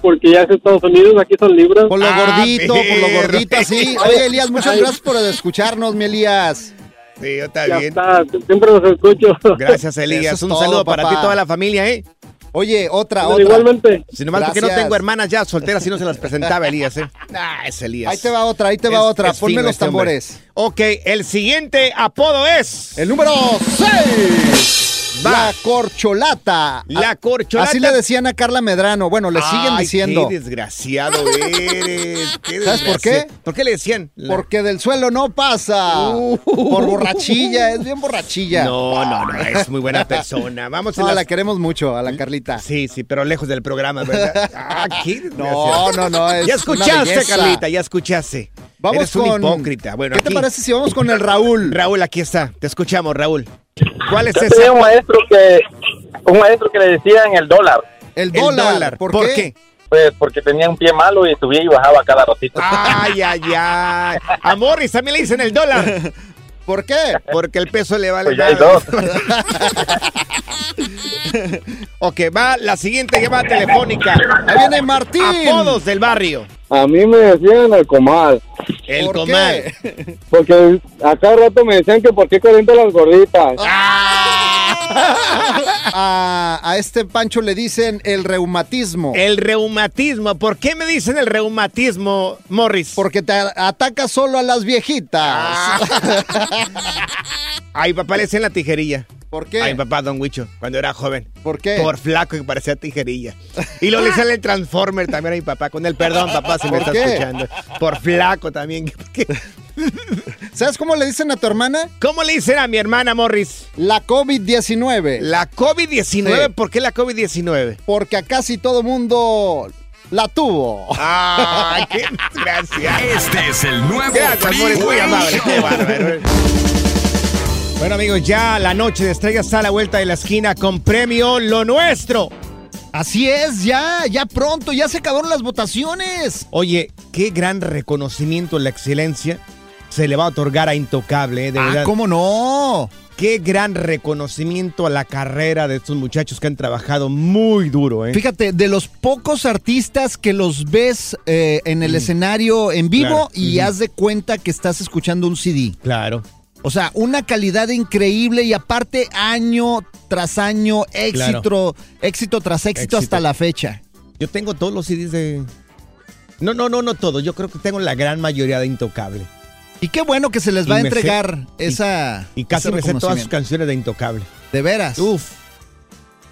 Speaker 12: Porque ya es Estados Unidos, aquí son libras.
Speaker 2: Por lo
Speaker 1: Ah,
Speaker 2: gordito, por lo
Speaker 1: perro.
Speaker 2: gordito, sí. Oye, Elías, muchas gracias por escucharnos, mi Elías.
Speaker 1: Sí, yo está
Speaker 12: Ya
Speaker 1: bien.
Speaker 12: está, siempre los escucho.
Speaker 1: Gracias,
Speaker 2: Eso
Speaker 1: Elías.
Speaker 2: es
Speaker 1: Un
Speaker 2: todo,
Speaker 1: saludo para ti
Speaker 2: papá.
Speaker 1: y toda la familia, ¿eh?
Speaker 2: Oye, otra,
Speaker 12: Ándale,
Speaker 2: otra.
Speaker 12: Igualmente.
Speaker 1: Si nomás porque no
Speaker 2: Gracias.
Speaker 1: tengo hermanas ya solteras, si no se las presentaba Elías, ¿eh? Ah, es Elías.
Speaker 2: Ahí te va otra, ahí te va
Speaker 1: Es-
Speaker 2: otra.
Speaker 1: es
Speaker 2: Ponme
Speaker 1: fino
Speaker 2: los
Speaker 1: este hombre.
Speaker 2: tambores.
Speaker 1: Ok, el siguiente apodo es.
Speaker 2: El número 6.
Speaker 1: Va.
Speaker 2: La corcholata.
Speaker 1: La
Speaker 2: A-
Speaker 1: corcholata.
Speaker 2: Así le decían a Carla Medrano. Bueno, le siguen
Speaker 1: Ay,
Speaker 2: diciendo.
Speaker 1: Qué desgraciado eres. qué
Speaker 2: ¿Sabes por
Speaker 1: desgracia-
Speaker 2: qué?
Speaker 1: ¿Por qué le decían? La- Uh.
Speaker 2: Porque del suelo no pasa. Por borrachilla, es bien borrachilla.
Speaker 1: No, no, no, es muy buena persona. Vamos a
Speaker 2: No,
Speaker 1: las- ¿Mm?
Speaker 2: la queremos mucho a la Carlita.
Speaker 1: Sí, sí, pero lejos del programa, ¿verdad? Ah, qué
Speaker 2: No,
Speaker 1: desgracia.
Speaker 2: no, no. es
Speaker 1: Ya
Speaker 2: una
Speaker 1: escuchaste,
Speaker 2: belleza.
Speaker 1: Carlita, ya escuchaste.
Speaker 2: Vamos
Speaker 1: Eres
Speaker 2: con.
Speaker 1: un hipócrita. Bueno,
Speaker 2: ¿Qué te
Speaker 1: aquí-
Speaker 2: parece si vamos con el Raúl?
Speaker 1: Raúl, aquí está. Te escuchamos, Raúl. ¿Cuál es
Speaker 12: Yo
Speaker 1: ese?
Speaker 12: tenía un maestro que un maestro que le decían el dólar,
Speaker 2: el
Speaker 1: El
Speaker 2: dólar. ¿Por, qué?
Speaker 12: pues porque tenía un pie malo y subía y bajaba cada ratito.
Speaker 2: Ah.
Speaker 1: Ay, ay, ay. A Morris también le dicen el dólar.
Speaker 2: ¿Por qué?
Speaker 1: Porque el peso le vale
Speaker 12: Pues ya hay
Speaker 1: madre.
Speaker 12: dos.
Speaker 1: Ok, va la siguiente llamada telefónica.
Speaker 2: Ahí viene Martín.
Speaker 1: Apodos del barrio.
Speaker 12: A mí me decían el comal,
Speaker 1: El
Speaker 2: ¿Por qué?
Speaker 1: comal.
Speaker 12: porque a cada rato me decían que por qué calienta las gorditas.
Speaker 2: Ah. A, a este Pancho le dicen el reumatismo.
Speaker 1: El reumatismo. ¿Por qué me dicen el reumatismo, Morris? Ah.
Speaker 2: Porque te a- ataca solo a las viejitas.
Speaker 1: Ay, papá le decían la tijerilla.
Speaker 2: ¿Por qué?
Speaker 1: Ay, papá, Don Huicho, cuando era joven.
Speaker 2: ¿Por qué?
Speaker 1: Por flaco que parecía tijerilla. Y lo le sale el Transformer también a mi papá. Con el perdón, papá, si me
Speaker 2: ¿Por
Speaker 1: está
Speaker 2: qué?
Speaker 1: escuchando. Por flaco también. ¿Qué-
Speaker 2: ¿Sabes cómo le dicen a tu hermana?
Speaker 1: ¿Cómo le dicen a mi hermana Morris?
Speaker 2: La COVID-19.
Speaker 1: La COVID-19.
Speaker 2: Sí.
Speaker 1: ¿Por qué la COVID-19?
Speaker 2: Porque a casi todo mundo la tuvo.
Speaker 1: ¡Ay, qué desgracia!
Speaker 3: Este es el nuevo
Speaker 1: Gracias, Morris, muy
Speaker 3: Freeway
Speaker 1: amable. Qué
Speaker 3: Show.
Speaker 1: bárbaro. eh. Bueno, amigos, ya la noche de estrellas está a la vuelta de la esquina con premio Lo Nuestro.
Speaker 2: Así es, ya, ya pronto, ya se acabaron las votaciones.
Speaker 1: Oye, qué gran reconocimiento a la excelencia se le va a otorgar a Intocable, ¿eh? de
Speaker 2: Ah,
Speaker 1: verdad.
Speaker 2: ¿cómo no?
Speaker 1: Qué gran reconocimiento a la carrera de estos muchachos que han trabajado muy duro, ¿eh?
Speaker 2: Fíjate, de los pocos artistas que los ves eh, en el escenario en vivo
Speaker 1: Mm. Claro,
Speaker 2: y
Speaker 1: ujú.
Speaker 2: haz de cuenta que estás escuchando un CD.
Speaker 1: Claro.
Speaker 2: O sea, una calidad increíble y aparte año tras año, éxito, éxito tras éxito,
Speaker 1: Éxito.
Speaker 2: hasta la fecha.
Speaker 1: Yo tengo todos los CDs de. No, no, no, no todos. Yo creo que tengo la gran mayoría de Intocable.
Speaker 2: Y qué bueno que se les va a entregar esa.
Speaker 1: Y, casi
Speaker 2: ese
Speaker 1: me sé todas sus
Speaker 2: reconocimiento.
Speaker 1: canciones de Intocable.
Speaker 2: ¿De veras?
Speaker 1: Uf.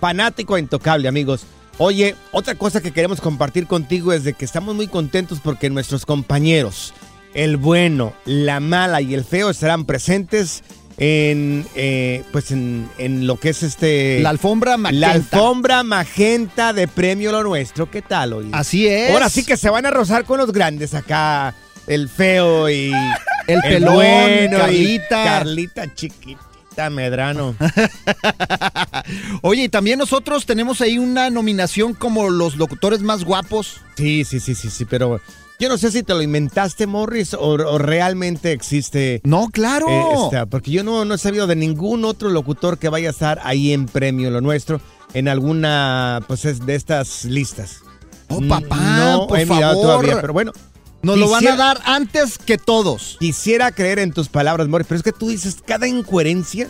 Speaker 1: Fanático de Intocable, amigos. Oye, otra cosa que queremos compartir contigo es de que estamos muy contentos porque nuestros compañeros, el bueno, la mala y el feo, estarán presentes en, eh, pues en, en lo que es este...
Speaker 2: La alfombra magenta.
Speaker 1: La alfombra magenta de Premio Lo Nuestro. ¿Qué tal hoy?
Speaker 2: Así es.
Speaker 1: Ahora sí que se van a rozar con los grandes acá. El feo y.
Speaker 2: El pelón,
Speaker 1: y
Speaker 2: Carlita.
Speaker 1: Carlita chiquitita Medrano.
Speaker 2: Oye, y también nosotros tenemos ahí una nominación como los locutores más guapos.
Speaker 1: Sí, sí, sí, sí, sí, pero. Yo no sé si te lo inventaste, Morris, o, o realmente existe. eh,
Speaker 2: No, claro.
Speaker 1: esta, porque yo no, no he sabido de ningún otro locutor que vaya a estar ahí en premio lo nuestro, en alguna pues es de estas listas.
Speaker 2: Oh, papá,
Speaker 1: no
Speaker 2: por
Speaker 1: he mirado
Speaker 2: favor.
Speaker 1: todavía, pero bueno.
Speaker 2: Nos lo van a
Speaker 1: quisiera-
Speaker 2: dar antes que todos.
Speaker 1: Quisiera creer en tus palabras, Morris, pero es que tú dices cada incoherencia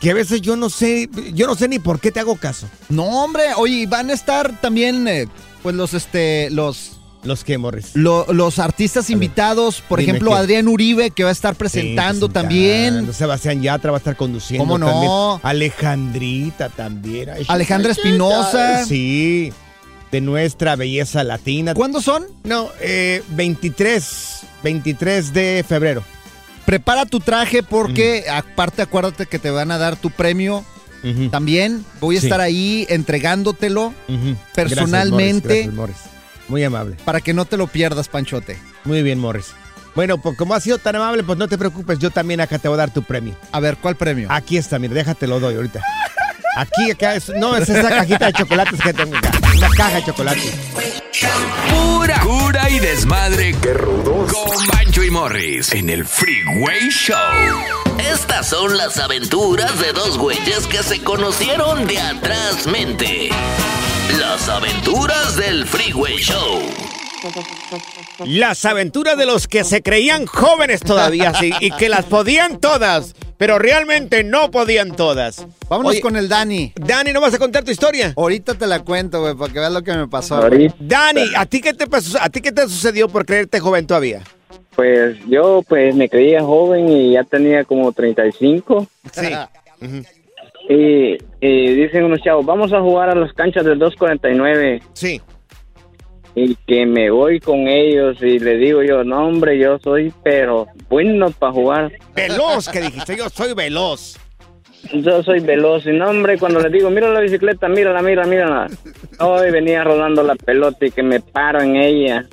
Speaker 1: que a veces yo no sé, yo no sé ni por qué te hago caso.
Speaker 2: No, hombre, oye, y van a estar también, eh, pues los, este, los,
Speaker 1: Los que, Morris.
Speaker 2: lo- los artistas invitados, por
Speaker 1: dime
Speaker 2: ejemplo,
Speaker 1: quién.
Speaker 2: Adrián Uribe, que va a estar presentando también.
Speaker 1: Sebastián Yatra va a estar conduciendo.
Speaker 2: ¿Cómo no?
Speaker 1: también. Alejandrita también. Ay,
Speaker 2: Alejandra Espinosa.
Speaker 1: Sí, de nuestra belleza latina.
Speaker 2: ¿Cuándo son?
Speaker 1: No, eh, 23, 23 de febrero.
Speaker 2: Prepara tu traje porque,
Speaker 1: Mm.
Speaker 2: aparte, acuérdate que te van a dar tu premio. También voy a
Speaker 1: Sí.
Speaker 2: estar ahí entregándotelo
Speaker 1: Ujú.
Speaker 2: Personalmente-
Speaker 1: Gracias, Morris, gracias, Morris. Muy amable.
Speaker 2: para que no te lo pierdas, Panchote.
Speaker 1: Muy bien, Morris. Bueno, pues como has sido tan amable, pues no te preocupes, yo también acá te voy a dar tu premio.
Speaker 2: A ver, ¿cuál premio?
Speaker 1: Aquí está, mira, déjate lo doy ahorita. Aquí, acá, es, no, es esa cajita de chocolates que tengo acá. Una caja de chocolates.
Speaker 3: Pura cura y desmadre. Qué rudos. Con Bancho y Morris en el Freeway Show.
Speaker 10: Estas son las aventuras de dos güeyes que se conocieron de atrás mente. Las aventuras del Freeway Show.
Speaker 1: Las aventuras de los que se creían jóvenes todavía, sí, y que las podían todas, pero realmente no podían todas.
Speaker 2: Vámonos
Speaker 1: Oye,
Speaker 2: con el Dani.
Speaker 1: Dani, ¿no vas a contar tu historia?
Speaker 2: Ahorita te la cuento, güey, para que veas lo que me pasó.
Speaker 1: Dani, ¿a ti qué te pasó? ¿A ti qué te sucedió por creerte joven todavía?
Speaker 14: Pues yo pues me creía joven y ya tenía como 35
Speaker 1: Sí.
Speaker 14: y, y dicen unos chavos, vamos a jugar a las canchas del 249
Speaker 1: Sí.
Speaker 14: y que me voy con ellos y le digo yo, no hombre, yo soy pero bueno para jugar.
Speaker 1: Veloz, que dijiste, yo soy veloz.
Speaker 14: Yo soy veloz y no hombre, cuando les digo, mira la bicicleta, mírala, mírala, mírala. Hoy venía rodando la pelota y que me paro en ella.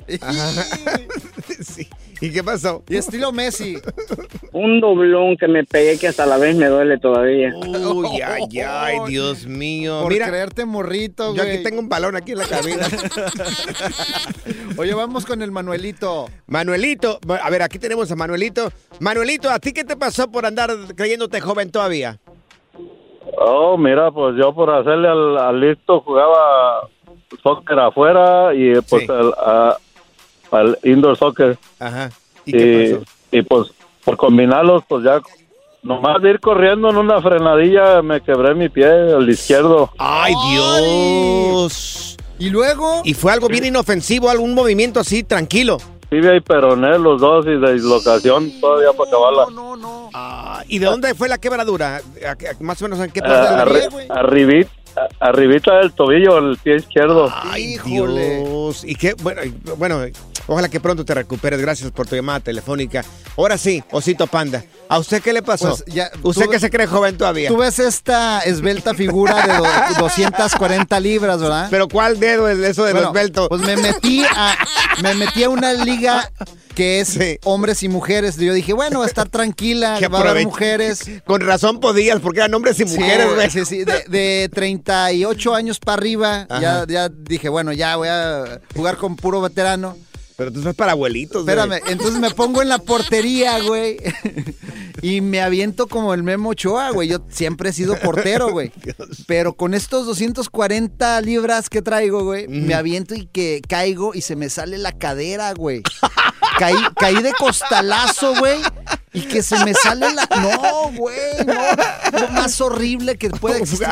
Speaker 1: Sí. ¿Y qué pasó?
Speaker 2: Y estilo Messi.
Speaker 14: Un doblón que me pegué que hasta la vez me duele todavía.
Speaker 1: Uy, ay, ay, Dios mío.
Speaker 2: Por
Speaker 1: Mira,
Speaker 2: creerte morrito,
Speaker 1: yo
Speaker 2: güey.
Speaker 1: aquí tengo un balón aquí en la cabina.
Speaker 2: Oye, vamos con el Manuelito.
Speaker 1: Manuelito, a ver, aquí tenemos a Manuelito. Manuelito, ¿a ti qué te pasó por andar creyéndote joven todavía?
Speaker 15: Oh, mira, pues yo por hacerle al, al listo jugaba soccer afuera y eh, pues
Speaker 1: Sí.
Speaker 15: al, a- al indoor soccer.
Speaker 1: Ajá.
Speaker 15: ¿Y, y, pues por combinarlos, pues ya nomás de ir corriendo en una frenadilla me quebré mi pie, el izquierdo.
Speaker 1: ¡Ay, Dios!
Speaker 2: ¿Y luego?
Speaker 1: Y fue algo bien inofensivo, algún movimiento así, tranquilo.
Speaker 15: Tibia y peroné los dos y de dislocación todavía para acabarla.
Speaker 1: Ah, ¿Y de dónde fue la quebradura? ¿A- a- Más o menos en qué parte de
Speaker 15: Ah,
Speaker 1: la
Speaker 15: arri-
Speaker 1: vida, güey?
Speaker 15: arribit- a- arribita del tobillo, el pie izquierdo.
Speaker 1: Ay, Dios. Y qué, bueno, y- bueno, ojalá que pronto te recuperes. Gracias por tu llamada telefónica. Ahora sí, Osito Panda. ¿A usted qué le pasó?
Speaker 2: Pues ya,
Speaker 1: usted
Speaker 2: tú-
Speaker 1: que se cree joven todavía.
Speaker 2: Tú ves esta esbelta figura de do- 240 libras, ¿verdad?
Speaker 1: Pero ¿cuál dedo es eso de
Speaker 2: Bueno,
Speaker 1: los beltos?
Speaker 2: Pues me metí a me metí a una liga que es hombres y mujeres. Yo dije, bueno, va a estar tranquila,
Speaker 1: Que
Speaker 2: va a haber
Speaker 1: aproveche.
Speaker 2: mujeres.
Speaker 1: Con razón podías, porque eran hombres y
Speaker 2: Sí,
Speaker 1: mujeres, güey.
Speaker 2: sí, sí, de, de 38 años para arriba, ya,
Speaker 1: Ajá.
Speaker 2: ya dije, bueno, ya voy a jugar con puro veterano.
Speaker 1: Pero tú sos para abuelitos, güey.
Speaker 2: Espérame, entonces me pongo en la portería, güey. Y me aviento como el Memo Ochoa, güey. Yo siempre he sido portero, güey. Pero con estos 240 libras que traigo, güey, me aviento y que caigo y se me sale la cadera, güey. Caí, caí de costalazo, güey. y que se me sale la. No, güey, no. Lo más horrible que puede existir.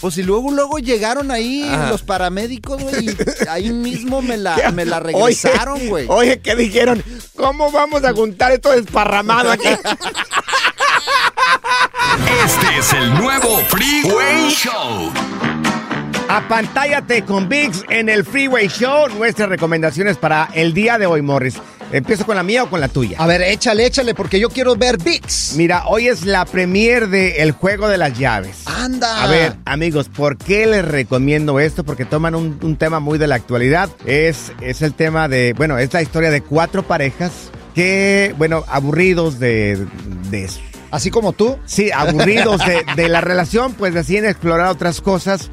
Speaker 2: Pues y luego, luego llegaron ahí
Speaker 1: Ajá.
Speaker 2: los paramédicos, güey, y ahí mismo me la, me la regresaron, güey.
Speaker 1: Oye, ¿qué dijeron? ¿Cómo vamos a juntar esto desparramado aquí?
Speaker 3: Este es el nuevo Freeway Show.
Speaker 1: Apantállate con VIX en el Freeway Show. Nuestras recomendaciones para el día de hoy, Morris. ¿Empiezo con la mía o con la tuya?
Speaker 2: A ver, échale, échale, porque yo quiero ver VIX.
Speaker 1: Mira, hoy es la premier de El Juego de las Llaves.
Speaker 2: Anda.
Speaker 1: A ver, amigos, ¿por qué les recomiendo esto? Porque toman un, un tema muy de la actualidad. Es, es el tema de, bueno, es la historia de cuatro parejas que, bueno, aburridos de, de
Speaker 2: Así como tú.
Speaker 1: Sí, aburridos de, de la relación, pues deciden explorar otras cosas.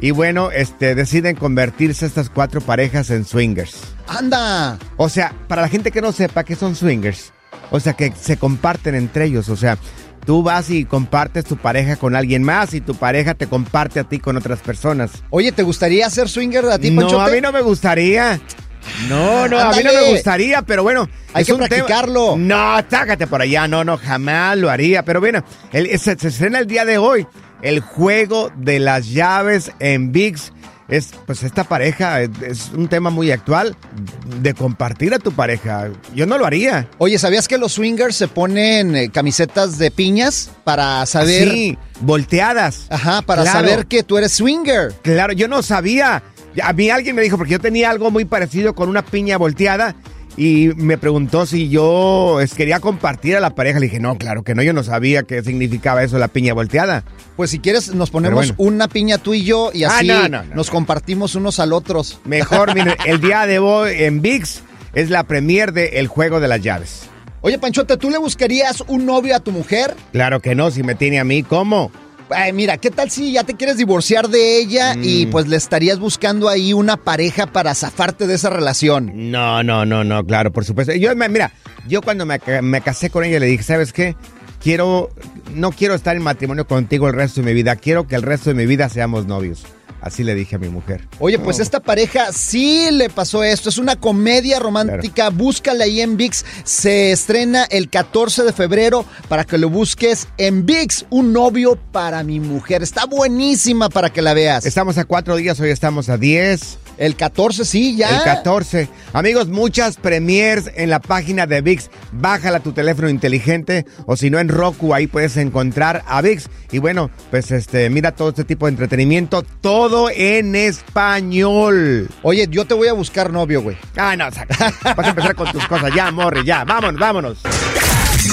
Speaker 1: Y bueno, este, deciden convertirse estas cuatro parejas en swingers.
Speaker 2: Ah, Anda.
Speaker 1: O sea, para la gente que no sepa que son swingers, o sea, que se comparten entre ellos, o sea, tú vas y compartes tu pareja con alguien más y tu pareja te comparte a ti con otras personas.
Speaker 2: Oye, ¿te gustaría ser swinger a ti,
Speaker 1: No,
Speaker 2: Panchote?
Speaker 1: a mí no me gustaría. No, no, a mí no
Speaker 2: Ándale.
Speaker 1: me gustaría, pero bueno.
Speaker 2: Hay que
Speaker 1: tema-
Speaker 2: practicarlo.
Speaker 1: No, tácate por allá, no, no, jamás lo haría. Pero bueno, el- se, se estrena el día de hoy el juego de las llaves en VIX. Es, pues esta pareja es, es un tema muy actual de compartir a tu pareja. Yo no lo haría.
Speaker 2: Oye, ¿sabías que los swingers se ponen eh, camisetas de piñas para saber?
Speaker 1: Ah, Sí, volteadas.
Speaker 2: Ajá, para
Speaker 1: Claro.
Speaker 2: saber que tú eres swinger.
Speaker 1: Claro, yo no sabía. A mí alguien me dijo, porque yo tenía algo muy parecido con una piña volteada y me preguntó si yo es, quería compartir a la pareja. Le dije, no, claro que no, yo no sabía qué significaba eso, la piña volteada.
Speaker 2: Pues si quieres nos ponemos
Speaker 1: Pero
Speaker 2: una piña tú y yo y
Speaker 1: Ah,
Speaker 2: así
Speaker 1: no, no, no,
Speaker 2: nos compartimos unos al otros.
Speaker 1: Mejor, miren, el día de hoy en VIX es la premier de El Juego de las Llaves.
Speaker 2: Oye, Panchote, ¿tú le buscarías un novio a tu mujer?
Speaker 1: Claro que no, si me tiene a mí, ¿cómo?
Speaker 2: Ay, mira, ¿qué tal si ya te quieres divorciar de ella
Speaker 1: Mm.
Speaker 2: y pues le estarías buscando ahí una pareja para zafarte de esa relación?
Speaker 1: No, no, no, no, claro, por supuesto. Yo, me- mira, yo cuando me, ca- me casé con ella le dije, ¿sabes qué? Quiero, no quiero estar en matrimonio contigo el resto de mi vida, quiero que el resto de mi vida seamos novios. Así le dije a mi mujer.
Speaker 2: Oye, pues esta pareja sí le pasó esto. Es una comedia romántica. Búscala ahí en VIX. Se estrena el 14 de febrero para que lo busques en VIX. Un novio para mi mujer. Está buenísima para que la veas.
Speaker 1: Estamos a cuatro días, hoy estamos a diez.
Speaker 2: El 14, sí, ya.
Speaker 1: El 14. Amigos, muchas premiers en la página de VIX. Bájala tu teléfono inteligente o si no en Roku, ahí puedes encontrar a VIX. Y bueno, pues este, mira todo este tipo de entretenimiento, todo en español.
Speaker 2: Oye, yo te voy a buscar novio, güey.
Speaker 1: Ah, no, saca. Vas a empezar con tus cosas. Ya, Morri, ya. Vámonos, vámonos.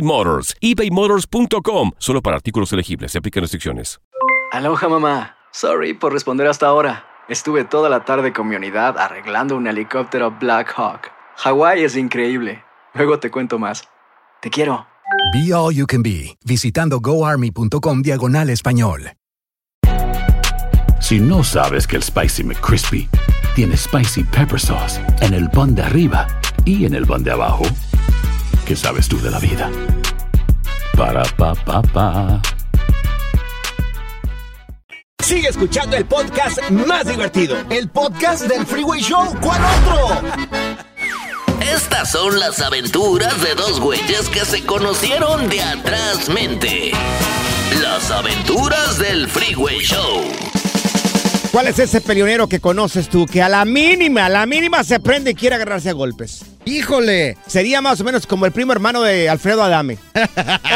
Speaker 13: Motors. ebaymotors.com. Solo para artículos elegibles. Se aplican restricciones.
Speaker 16: Aloha mamá. Sorry por responder hasta ahora. Estuve toda la tarde con mi unidad arreglando un helicóptero Black Hawk. Hawái es increíble. Luego te cuento más. Te quiero.
Speaker 17: Be All You Can Be, visitando goarmy.com diagonal español.
Speaker 18: Si no sabes que el Spicy McCrispy tiene Spicy Pepper Sauce en el pan de arriba y en el pan de abajo, ¿qué sabes tú de la vida? Para, pa, pa, pa.
Speaker 6: Sigue escuchando el podcast más divertido.
Speaker 7: El podcast del Freeway Show, ¿cuál otro?
Speaker 10: Estas son las aventuras de dos güeyes que se conocieron de atrás mente. Las aventuras del Freeway Show.
Speaker 1: ¿Cuál es ese peleonero que conoces tú que a la mínima, a la mínima se prende y quiere agarrarse a golpes?
Speaker 2: ¡Híjole!
Speaker 1: Sería más o menos como el primo hermano de Alfredo Adame.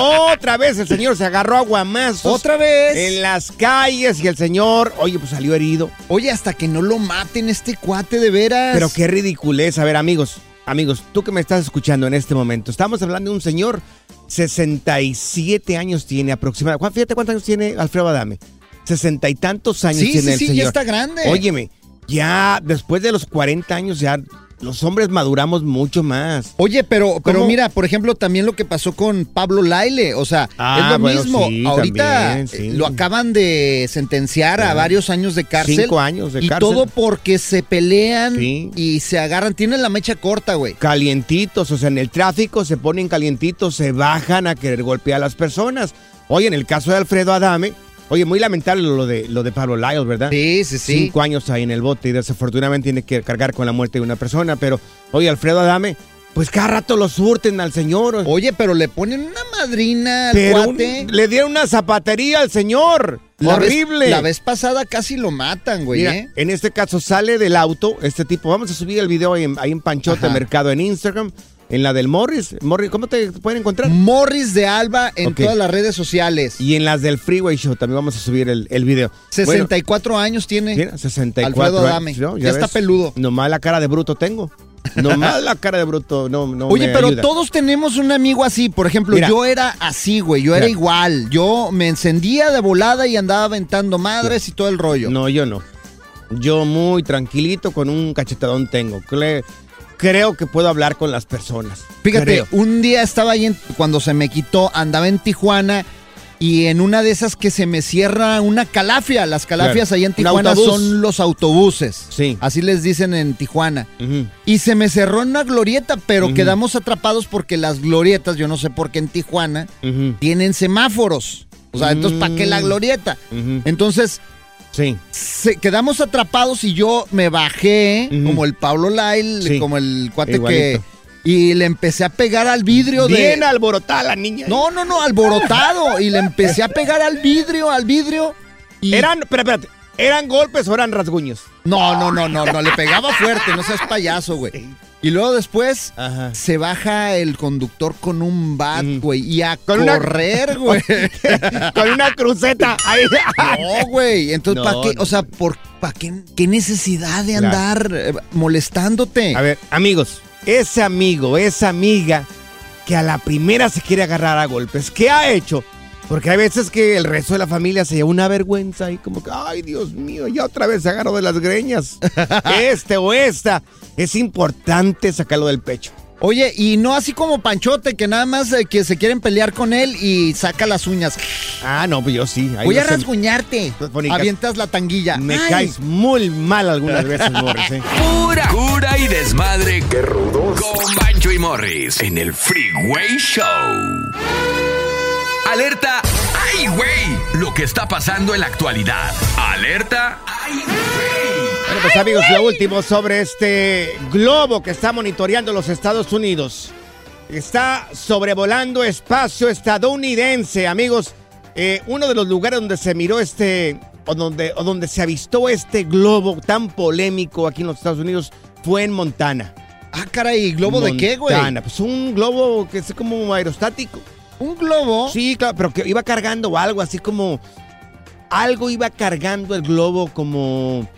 Speaker 1: Otra vez el señor se agarró a guamazos.
Speaker 2: Otra vez.
Speaker 1: En las calles y el señor, oye, pues salió herido.
Speaker 2: Oye, hasta que no lo maten este cuate de veras.
Speaker 1: Pero qué ridiculez. A ver, amigos, amigos, tú que me estás escuchando en este momento, estamos hablando de un señor, 67 años tiene aproximadamente. Juan, Fíjate cuántos años tiene Alfredo Adame. Sesenta y tantos años
Speaker 2: Sí, sí,
Speaker 1: tiene el
Speaker 2: sí, ya
Speaker 1: señor.
Speaker 2: está grande.
Speaker 1: Óyeme, ya después de los 40 años ya los hombres maduramos mucho más.
Speaker 2: Oye, pero, pero
Speaker 1: ¿Cómo?
Speaker 2: mira, por ejemplo, también lo que pasó con Pablo Laile, o sea,
Speaker 1: Ah,
Speaker 2: es lo
Speaker 1: bueno,
Speaker 2: mismo.
Speaker 1: sí,
Speaker 2: Ahorita
Speaker 1: también,
Speaker 2: eh,
Speaker 1: sí.
Speaker 2: lo acaban de sentenciar a
Speaker 1: Sí.
Speaker 2: varios años de cárcel.
Speaker 1: Cinco años de
Speaker 2: y
Speaker 1: cárcel.
Speaker 2: todo porque se pelean
Speaker 1: Sí.
Speaker 2: y se agarran. Tienen Mm. la mecha corta, güey.
Speaker 1: Calientitos, o sea, en el tráfico se ponen calientitos, se bajan a querer golpear a las personas. Oye, en el caso de Alfredo Adame, oye, muy lamentable lo de, lo de Pablo Lyles, ¿verdad?
Speaker 2: Sí, sí, sí.
Speaker 1: Cinco años ahí en el bote y desafortunadamente tiene que cargar con la muerte de una persona, pero oye, Alfredo Adame, pues cada rato lo surten al señor.
Speaker 2: Oye, pero le ponen una madrina al
Speaker 1: Pero
Speaker 2: cuate.
Speaker 1: un- le dieron una zapatería al señor.
Speaker 2: La vez-
Speaker 1: Horrible.
Speaker 2: la vez pasada casi lo matan, güey,
Speaker 1: Mira,
Speaker 2: ¿eh?
Speaker 1: En este caso sale del auto este tipo. Vamos a subir el video ahí en, ahí en Panchote
Speaker 2: Ajá.
Speaker 1: Mercado en Instagram. En la del Morris. Morris ¿Cómo te pueden encontrar?
Speaker 2: Morris de Alba en
Speaker 1: Ok.
Speaker 2: todas las redes sociales.
Speaker 1: Y en las del Freeway Show también vamos a subir el, el video.
Speaker 2: 64 años tiene.
Speaker 1: Mira, 64
Speaker 2: Alfredo
Speaker 1: años,
Speaker 2: Adame.
Speaker 1: ¿no?
Speaker 2: Ya, está
Speaker 1: ves,
Speaker 2: peludo.
Speaker 1: Nomás la cara de bruto tengo. Nomás la cara de bruto. No, no
Speaker 2: Oye,
Speaker 1: me
Speaker 2: pero
Speaker 1: ayuda.
Speaker 2: todos tenemos un amigo así. Por ejemplo,
Speaker 1: Mira.
Speaker 2: yo era así, güey. Yo era
Speaker 1: Mira.
Speaker 2: igual. Yo me encendía de volada y andaba aventando madres y todo el rollo.
Speaker 1: No, yo no. Yo muy tranquilito con un cachetadón tengo. Cle- creo que puedo hablar con las personas.
Speaker 2: Fíjate,
Speaker 1: Creo.
Speaker 2: un día estaba ahí, en- cuando se me quitó, andaba en Tijuana y en una de esas que se me cierra una calafia. Las calafias
Speaker 1: Claro.
Speaker 2: ahí en
Speaker 1: Un
Speaker 2: Tijuana
Speaker 1: autobús.
Speaker 2: son los autobuses.
Speaker 1: Sí.
Speaker 2: Así les dicen en Tijuana.
Speaker 1: Ujú.
Speaker 2: Y se me cerró en una glorieta, pero
Speaker 1: Ujú.
Speaker 2: quedamos atrapados porque las glorietas, yo no sé por qué en Tijuana,
Speaker 1: Ujú.
Speaker 2: tienen semáforos. O sea, entonces, ¿para qué la
Speaker 1: Mm.
Speaker 2: glorieta?
Speaker 1: Ujú.
Speaker 2: Entonces,
Speaker 1: Sí.
Speaker 2: se- quedamos atrapados y yo me bajé,
Speaker 1: Ujú.
Speaker 2: como el Pablo Lyle,
Speaker 1: Sí.
Speaker 2: como el cuate
Speaker 1: Igualito.
Speaker 2: que. Y le empecé a pegar al vidrio de.
Speaker 1: Bien alborotada la niña.
Speaker 2: No, no, no, alborotado. y le empecé a pegar al vidrio, al vidrio. Y...
Speaker 1: Eran, espera, espérate, ¿eran golpes o eran rasguños?
Speaker 2: No, no, no, no, no, le pegaba fuerte, no seas payaso, güey. Y luego después se baja el conductor con un bat, güey, y a
Speaker 1: Mm. Con una-
Speaker 2: correr, güey.
Speaker 1: Con una cruceta. Ahí.
Speaker 2: No, güey. Entonces,
Speaker 1: No,
Speaker 2: ¿para qué?
Speaker 1: no,
Speaker 2: o sea, ¿por pa' qué, qué necesidad de
Speaker 1: Claro.
Speaker 2: andar eh, molestándote?
Speaker 1: A ver, amigos, ese amigo, esa amiga que a la primera se quiere agarrar a golpes, ¿qué ha hecho? Porque hay veces que el resto de la familia se lleva una vergüenza ahí como que, ay Dios mío, ya otra vez se agarró de las greñas. Este o esta. Es importante sacarlo del pecho.
Speaker 2: Oye, y no así como Panchote, que nada más eh, que se quieren pelear con él y saca las uñas.
Speaker 1: Ah, no, pues yo sí. ahí
Speaker 2: Voy a
Speaker 1: no se-
Speaker 2: rasguñarte.
Speaker 1: Mónica,
Speaker 2: Avientas la tanguilla.
Speaker 1: Me
Speaker 2: Ay.
Speaker 1: caes muy mal algunas veces, Morris. ¿eh?
Speaker 3: Pura cura y desmadre. Qué rudos. Con Bancho y Morris en el Freeway Show. Alerta. ¡Ay, güey! Lo que está pasando en la actualidad. Alerta. ¡Ay, güey!
Speaker 1: Bueno, pues amigos, lo último sobre este globo que está monitoreando los Estados Unidos. Está sobrevolando espacio estadounidense, amigos. Eh, uno de los lugares donde se miró este, o donde, o donde se avistó este globo tan polémico aquí en los Estados Unidos, fue en Montana.
Speaker 2: Ah, caray, ¿globo de qué, güey?
Speaker 1: Montana, pues un globo que es como aerostático.
Speaker 2: ¿Un globo?
Speaker 1: Sí, claro, pero que iba cargando algo, así como. Algo iba cargando el globo como.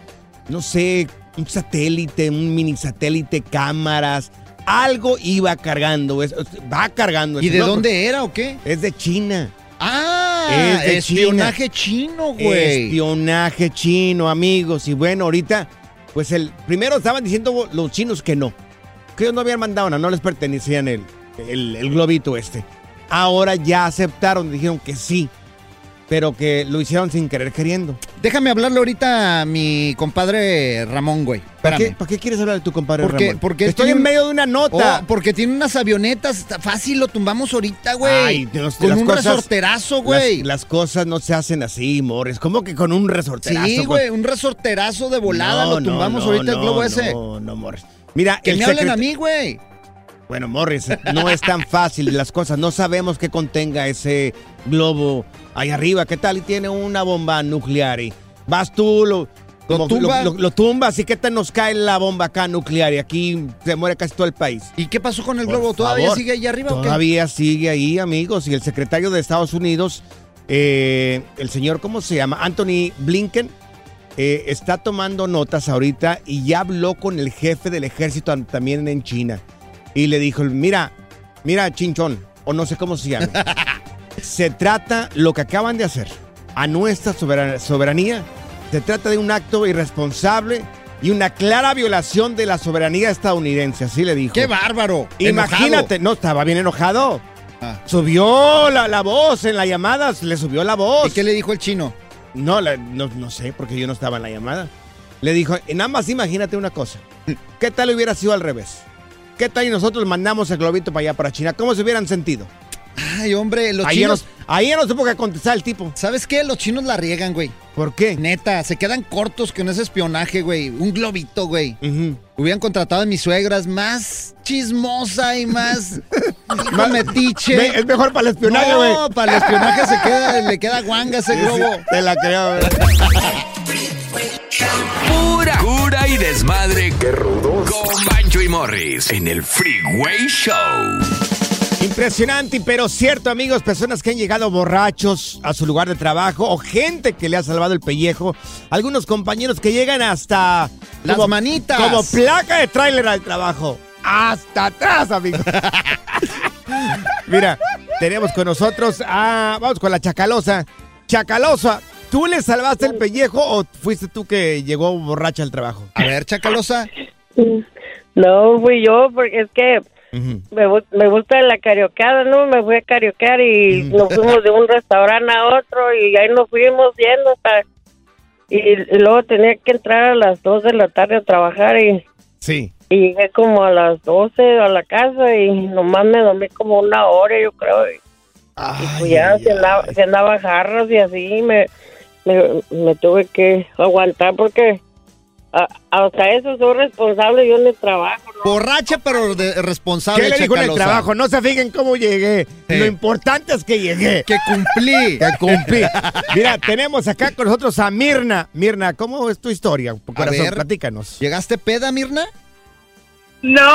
Speaker 1: No sé, un satélite, un mini satélite, cámaras. Algo iba cargando. es- va cargando.
Speaker 2: ¿Y
Speaker 1: ese
Speaker 2: de
Speaker 1: globo.
Speaker 2: dónde era o qué?
Speaker 1: Es de China.
Speaker 2: Ah,
Speaker 1: Es de
Speaker 2: espionaje chino, güey.
Speaker 1: Espionaje chino, amigos. Y bueno, ahorita, pues el primero estaban diciendo los chinos que no. Que ellos no habían mandado nada, no les pertenecían el, el, el globito este. Ahora ya aceptaron, dijeron que sí, pero que lo hicieron sin querer queriendo.
Speaker 2: Déjame hablarle ahorita a mi compadre Ramón, güey.
Speaker 1: ¿Para
Speaker 2: Espérame.
Speaker 1: qué, para qué quieres hablar de tu compadre
Speaker 2: Porque,
Speaker 1: Ramón?
Speaker 2: porque
Speaker 1: Estoy
Speaker 2: tiene
Speaker 1: en
Speaker 2: un-
Speaker 1: medio de una nota.
Speaker 2: Oh, porque tiene unas avionetas. está Fácil, lo tumbamos ahorita, güey.
Speaker 1: Ay, Dios,
Speaker 2: Con
Speaker 1: las
Speaker 2: un
Speaker 1: cosas-
Speaker 2: resorterazo, güey.
Speaker 1: Las, las cosas no se hacen así, Morris. ¿Cómo que con un resorterazo?
Speaker 2: Sí,
Speaker 1: con-
Speaker 2: güey, un resorterazo de volada.
Speaker 1: No,
Speaker 2: lo
Speaker 1: no,
Speaker 2: tumbamos
Speaker 1: no,
Speaker 2: ahorita el
Speaker 1: no,
Speaker 2: globo ese.
Speaker 1: No, no, Morris. Mira,
Speaker 2: que
Speaker 1: el
Speaker 2: me hablen a
Speaker 1: secret-
Speaker 2: mí, güey.
Speaker 1: Bueno, Morris, no es tan fácil las cosas. No sabemos qué contenga ese globo ahí arriba. ¿Qué tal? Y tiene una bomba nuclear. Y vas tú, lo, como-
Speaker 2: tumba?
Speaker 1: lo- lo tumbas. ¿Y qué tal nos cae la bomba acá nuclear? Y aquí se muere casi todo el país.
Speaker 2: ¿Y qué pasó con el
Speaker 1: Por
Speaker 2: globo? ¿Todavía
Speaker 1: favor.
Speaker 2: sigue allá arriba o qué?
Speaker 1: Todavía sigue ahí, amigos. Y el secretario de Estados Unidos, eh, el señor, ¿cómo se llama? Anthony Blinken, eh, está tomando notas ahorita y ya habló con el jefe del ejército am- también en China. Y le dijo, mira, mira, chinchón, o no sé cómo se llama. se trata lo que acaban de hacer a nuestra soberan- soberanía. Se trata de un acto irresponsable y una clara violación de la soberanía estadounidense, así le dijo.
Speaker 2: ¡Qué bárbaro! Ah.
Speaker 1: Imagínate, no, estaba bien enojado. Subió la, la voz en la llamada, le subió la voz. ¿Y
Speaker 2: qué le dijo el chino?
Speaker 1: No, la- no, no sé, porque yo no estaba en la llamada. Le dijo, "Eh, nada más imagínate una cosa. ¿Qué tal hubiera sido al revés? ¿Qué tal y nosotros mandamos el globito para allá, para China? ¿Cómo se hubieran sentido?
Speaker 2: Ay, hombre, los Ah.
Speaker 1: Ahí ya
Speaker 2: chinos.
Speaker 1: no- ahí ya no supo qué contestar el tipo.
Speaker 2: ¿Sabes qué? Los chinos la riegan, güey.
Speaker 1: ¿Por qué?
Speaker 2: Neta, se quedan cortos con ese espionaje, güey. Un globito, güey. Hubieran contratado a mis suegras más chismosa y más más metiche.
Speaker 1: Ve, es mejor para el espionaje, güey.
Speaker 2: No, para el espionaje se queda, le queda guanga ese
Speaker 1: Sí, sí,
Speaker 2: globo.
Speaker 1: te la creo, güey.
Speaker 3: Pura cura y desmadre. Qué rudos. Con Bancho y Morris en el Freeway Show.
Speaker 1: Impresionante, pero cierto, amigos, personas que han llegado borrachos a su lugar de trabajo o gente que le ha salvado el pellejo, algunos compañeros que llegan hasta
Speaker 2: Las manitas.
Speaker 1: como placa de tráiler al trabajo, hasta atrás, amigos. Mira, tenemos con nosotros a vamos con la Chacalosa. Chacalosa, ¿tú le salvaste el pellejo o fuiste tú que llegó borracha al trabajo?
Speaker 2: A ver, Chacalosa.
Speaker 19: No fui yo, porque es que me, gu- me gusta la cariocada, ¿no? Me fui a cariocar y nos fuimos de un restaurante a otro y ahí nos fuimos yendo hasta... Y, y luego tenía que entrar a las 2 de la tarde a trabajar y,
Speaker 1: Sí.
Speaker 19: y llegué como a las 12 a la casa y nomás me dormí como una hora, yo creo. Y, y pues ya cenaba, cenaba jarras y así me, me, me tuve que aguantar porque a- hasta eso soy responsable yo en el trabajo.
Speaker 2: Borracha, pero de- responsable.
Speaker 1: ¿Qué le dijo en el
Speaker 2: Chacalosa?
Speaker 1: trabajo? No se fijen cómo llegué. Lo importante es que llegué.
Speaker 2: Que cumplí.
Speaker 1: Que cumplí. Mira, tenemos acá con nosotros a Mirna. Mirna, ¿cómo es tu historia? Por Corazón,
Speaker 2: ver.
Speaker 1: platícanos.
Speaker 2: ¿Llegaste peda, Mirna?
Speaker 20: No,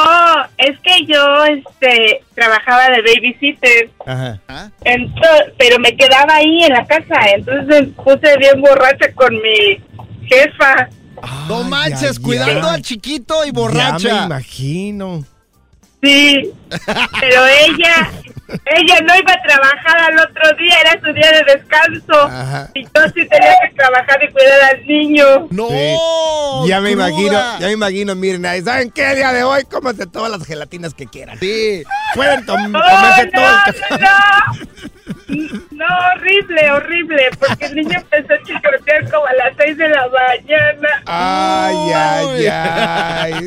Speaker 20: es que yo este trabajaba de babysitter,
Speaker 1: Ajá.
Speaker 20: ento- pero me quedaba ahí en la casa, entonces me puse bien borracha con mi jefa.
Speaker 2: No manches,
Speaker 1: ya.
Speaker 2: cuidando al chiquito y borracha.
Speaker 1: Ya me imagino.
Speaker 20: Sí, pero ella ella no iba a trabajar al otro día, era su día de descanso. Y yo sí tenía que trabajar y cuidar al niño.
Speaker 2: No.
Speaker 1: ya me
Speaker 20: cruda.
Speaker 1: imagino, ya me imagino, Mirna. ¿Y saben qué? El día de hoy, cómate todas las gelatinas que quieran.
Speaker 2: Sí.
Speaker 1: Pueden tom-
Speaker 20: No,
Speaker 1: comerse
Speaker 20: no,
Speaker 1: todo el
Speaker 20: no, no. Mm, No, horrible, horrible, porque el niño empezó a chicotear como a las 6 de la mañana.
Speaker 1: Ay, ay, ay.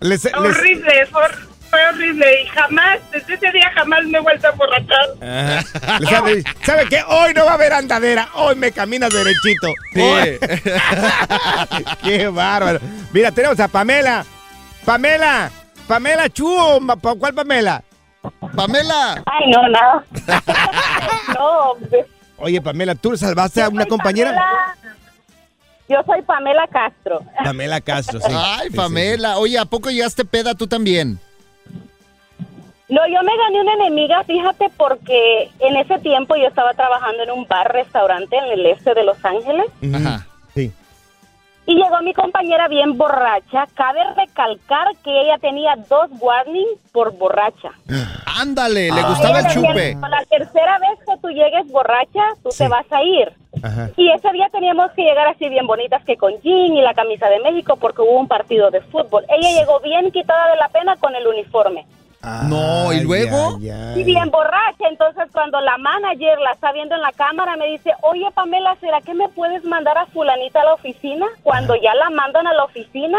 Speaker 1: Les- les-
Speaker 20: Horrible, fue hor- fue horrible y jamás, desde ese día jamás me he vuelto a emborrachar.
Speaker 1: Ajá. Les han de- ¿Sabe qué? Hoy no va a haber andadera. Hoy me caminas derechito. Hoy- qué bárbaro. Mira, tenemos a Pamela. Pamela. Pamela Chu. o ma- pa- ¿Cuál Pamela?
Speaker 2: Pamela.
Speaker 20: Ay, no, no. no, hombre.
Speaker 1: Oye, Pamela, ¿tú salvaste a una compañera?
Speaker 20: Yo soy Pamela Castro.
Speaker 1: Pamela Castro, sí.
Speaker 2: Ay,
Speaker 1: Sí, sí,
Speaker 2: Pamela. Oye, ¿a poco llegaste peda tú también?
Speaker 20: No, yo me gané una enemiga, fíjate, porque en ese tiempo yo estaba trabajando en un bar-restaurante en el este de Los Ángeles
Speaker 2: Ajá.
Speaker 20: y llegó mi compañera bien borracha. Cabe recalcar que ella tenía dos warnings por borracha.
Speaker 2: Ándale, le gustaba el
Speaker 20: Ella decía,
Speaker 2: chupe.
Speaker 20: "Con La tercera vez que tú llegues borracha, tú te vas a ir.
Speaker 1: Ajá.
Speaker 20: Y ese día teníamos que llegar así bien bonitas que con jean y la camisa de México porque hubo un partido de fútbol. Ella llegó bien quitada de la pena con el uniforme.
Speaker 2: No, ¿y luego?
Speaker 20: Y bien borracha, entonces cuando la manager la está viendo en la cámara me dice, oye Pamela, ¿será que me puedes mandar a fulanita a la oficina? Cuando ya la mandan a la oficina,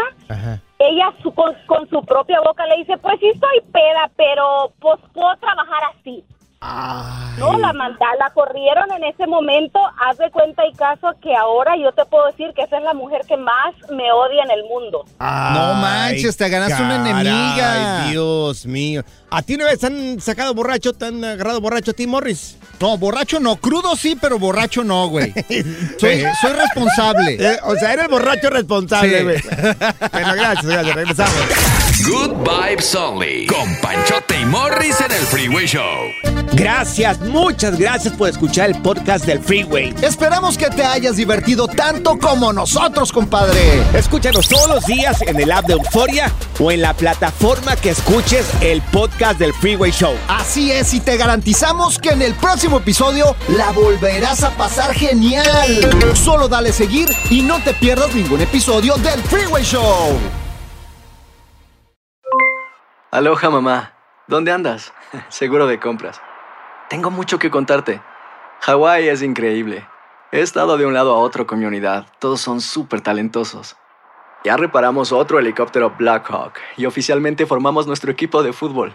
Speaker 20: ella su- con, con su propia boca le dice, pues sí estoy peda, pero pues puedo trabajar así. No, la manda- la corrieron en ese momento, haz de cuenta y caso que ahora yo te puedo decir que esa es la mujer que más me odia en el mundo.
Speaker 2: No manches, te ganaste una
Speaker 1: caray,
Speaker 2: enemiga.
Speaker 1: Dios mío. ¿A ti una vez te han sacado borracho, te han agarrado borracho a ti, Morris?
Speaker 2: No, borracho no. Crudo sí, pero borracho no, güey. Soy, soy responsable.
Speaker 1: Eh, o sea, eres borracho responsable,
Speaker 2: Sí.
Speaker 1: güey. Bueno, gracias, gracias. Regresamos.
Speaker 3: Good Vibes Only. Con Panchote y Morris en el Freeway Show.
Speaker 1: Gracias, muchas gracias por escuchar el podcast del Freeway.
Speaker 2: Esperamos que te hayas divertido tanto como nosotros, compadre.
Speaker 1: Escúchanos todos los días en el app de Euforia o en la plataforma que escuches el podcast del Freeway Show.
Speaker 2: Así es, y te garantizamos que en el próximo episodio la volverás a pasar genial. Solo dale seguir y no te pierdas ningún episodio del Freeway Show.
Speaker 16: Aloha mamá, ¿dónde andas? Seguro de compras. Tengo mucho que contarte. Hawái es increíble. He estado de un lado a otro con mi unidad. Todos son súper talentosos. Ya reparamos otro helicóptero Blackhawk y oficialmente formamos nuestro equipo de fútbol.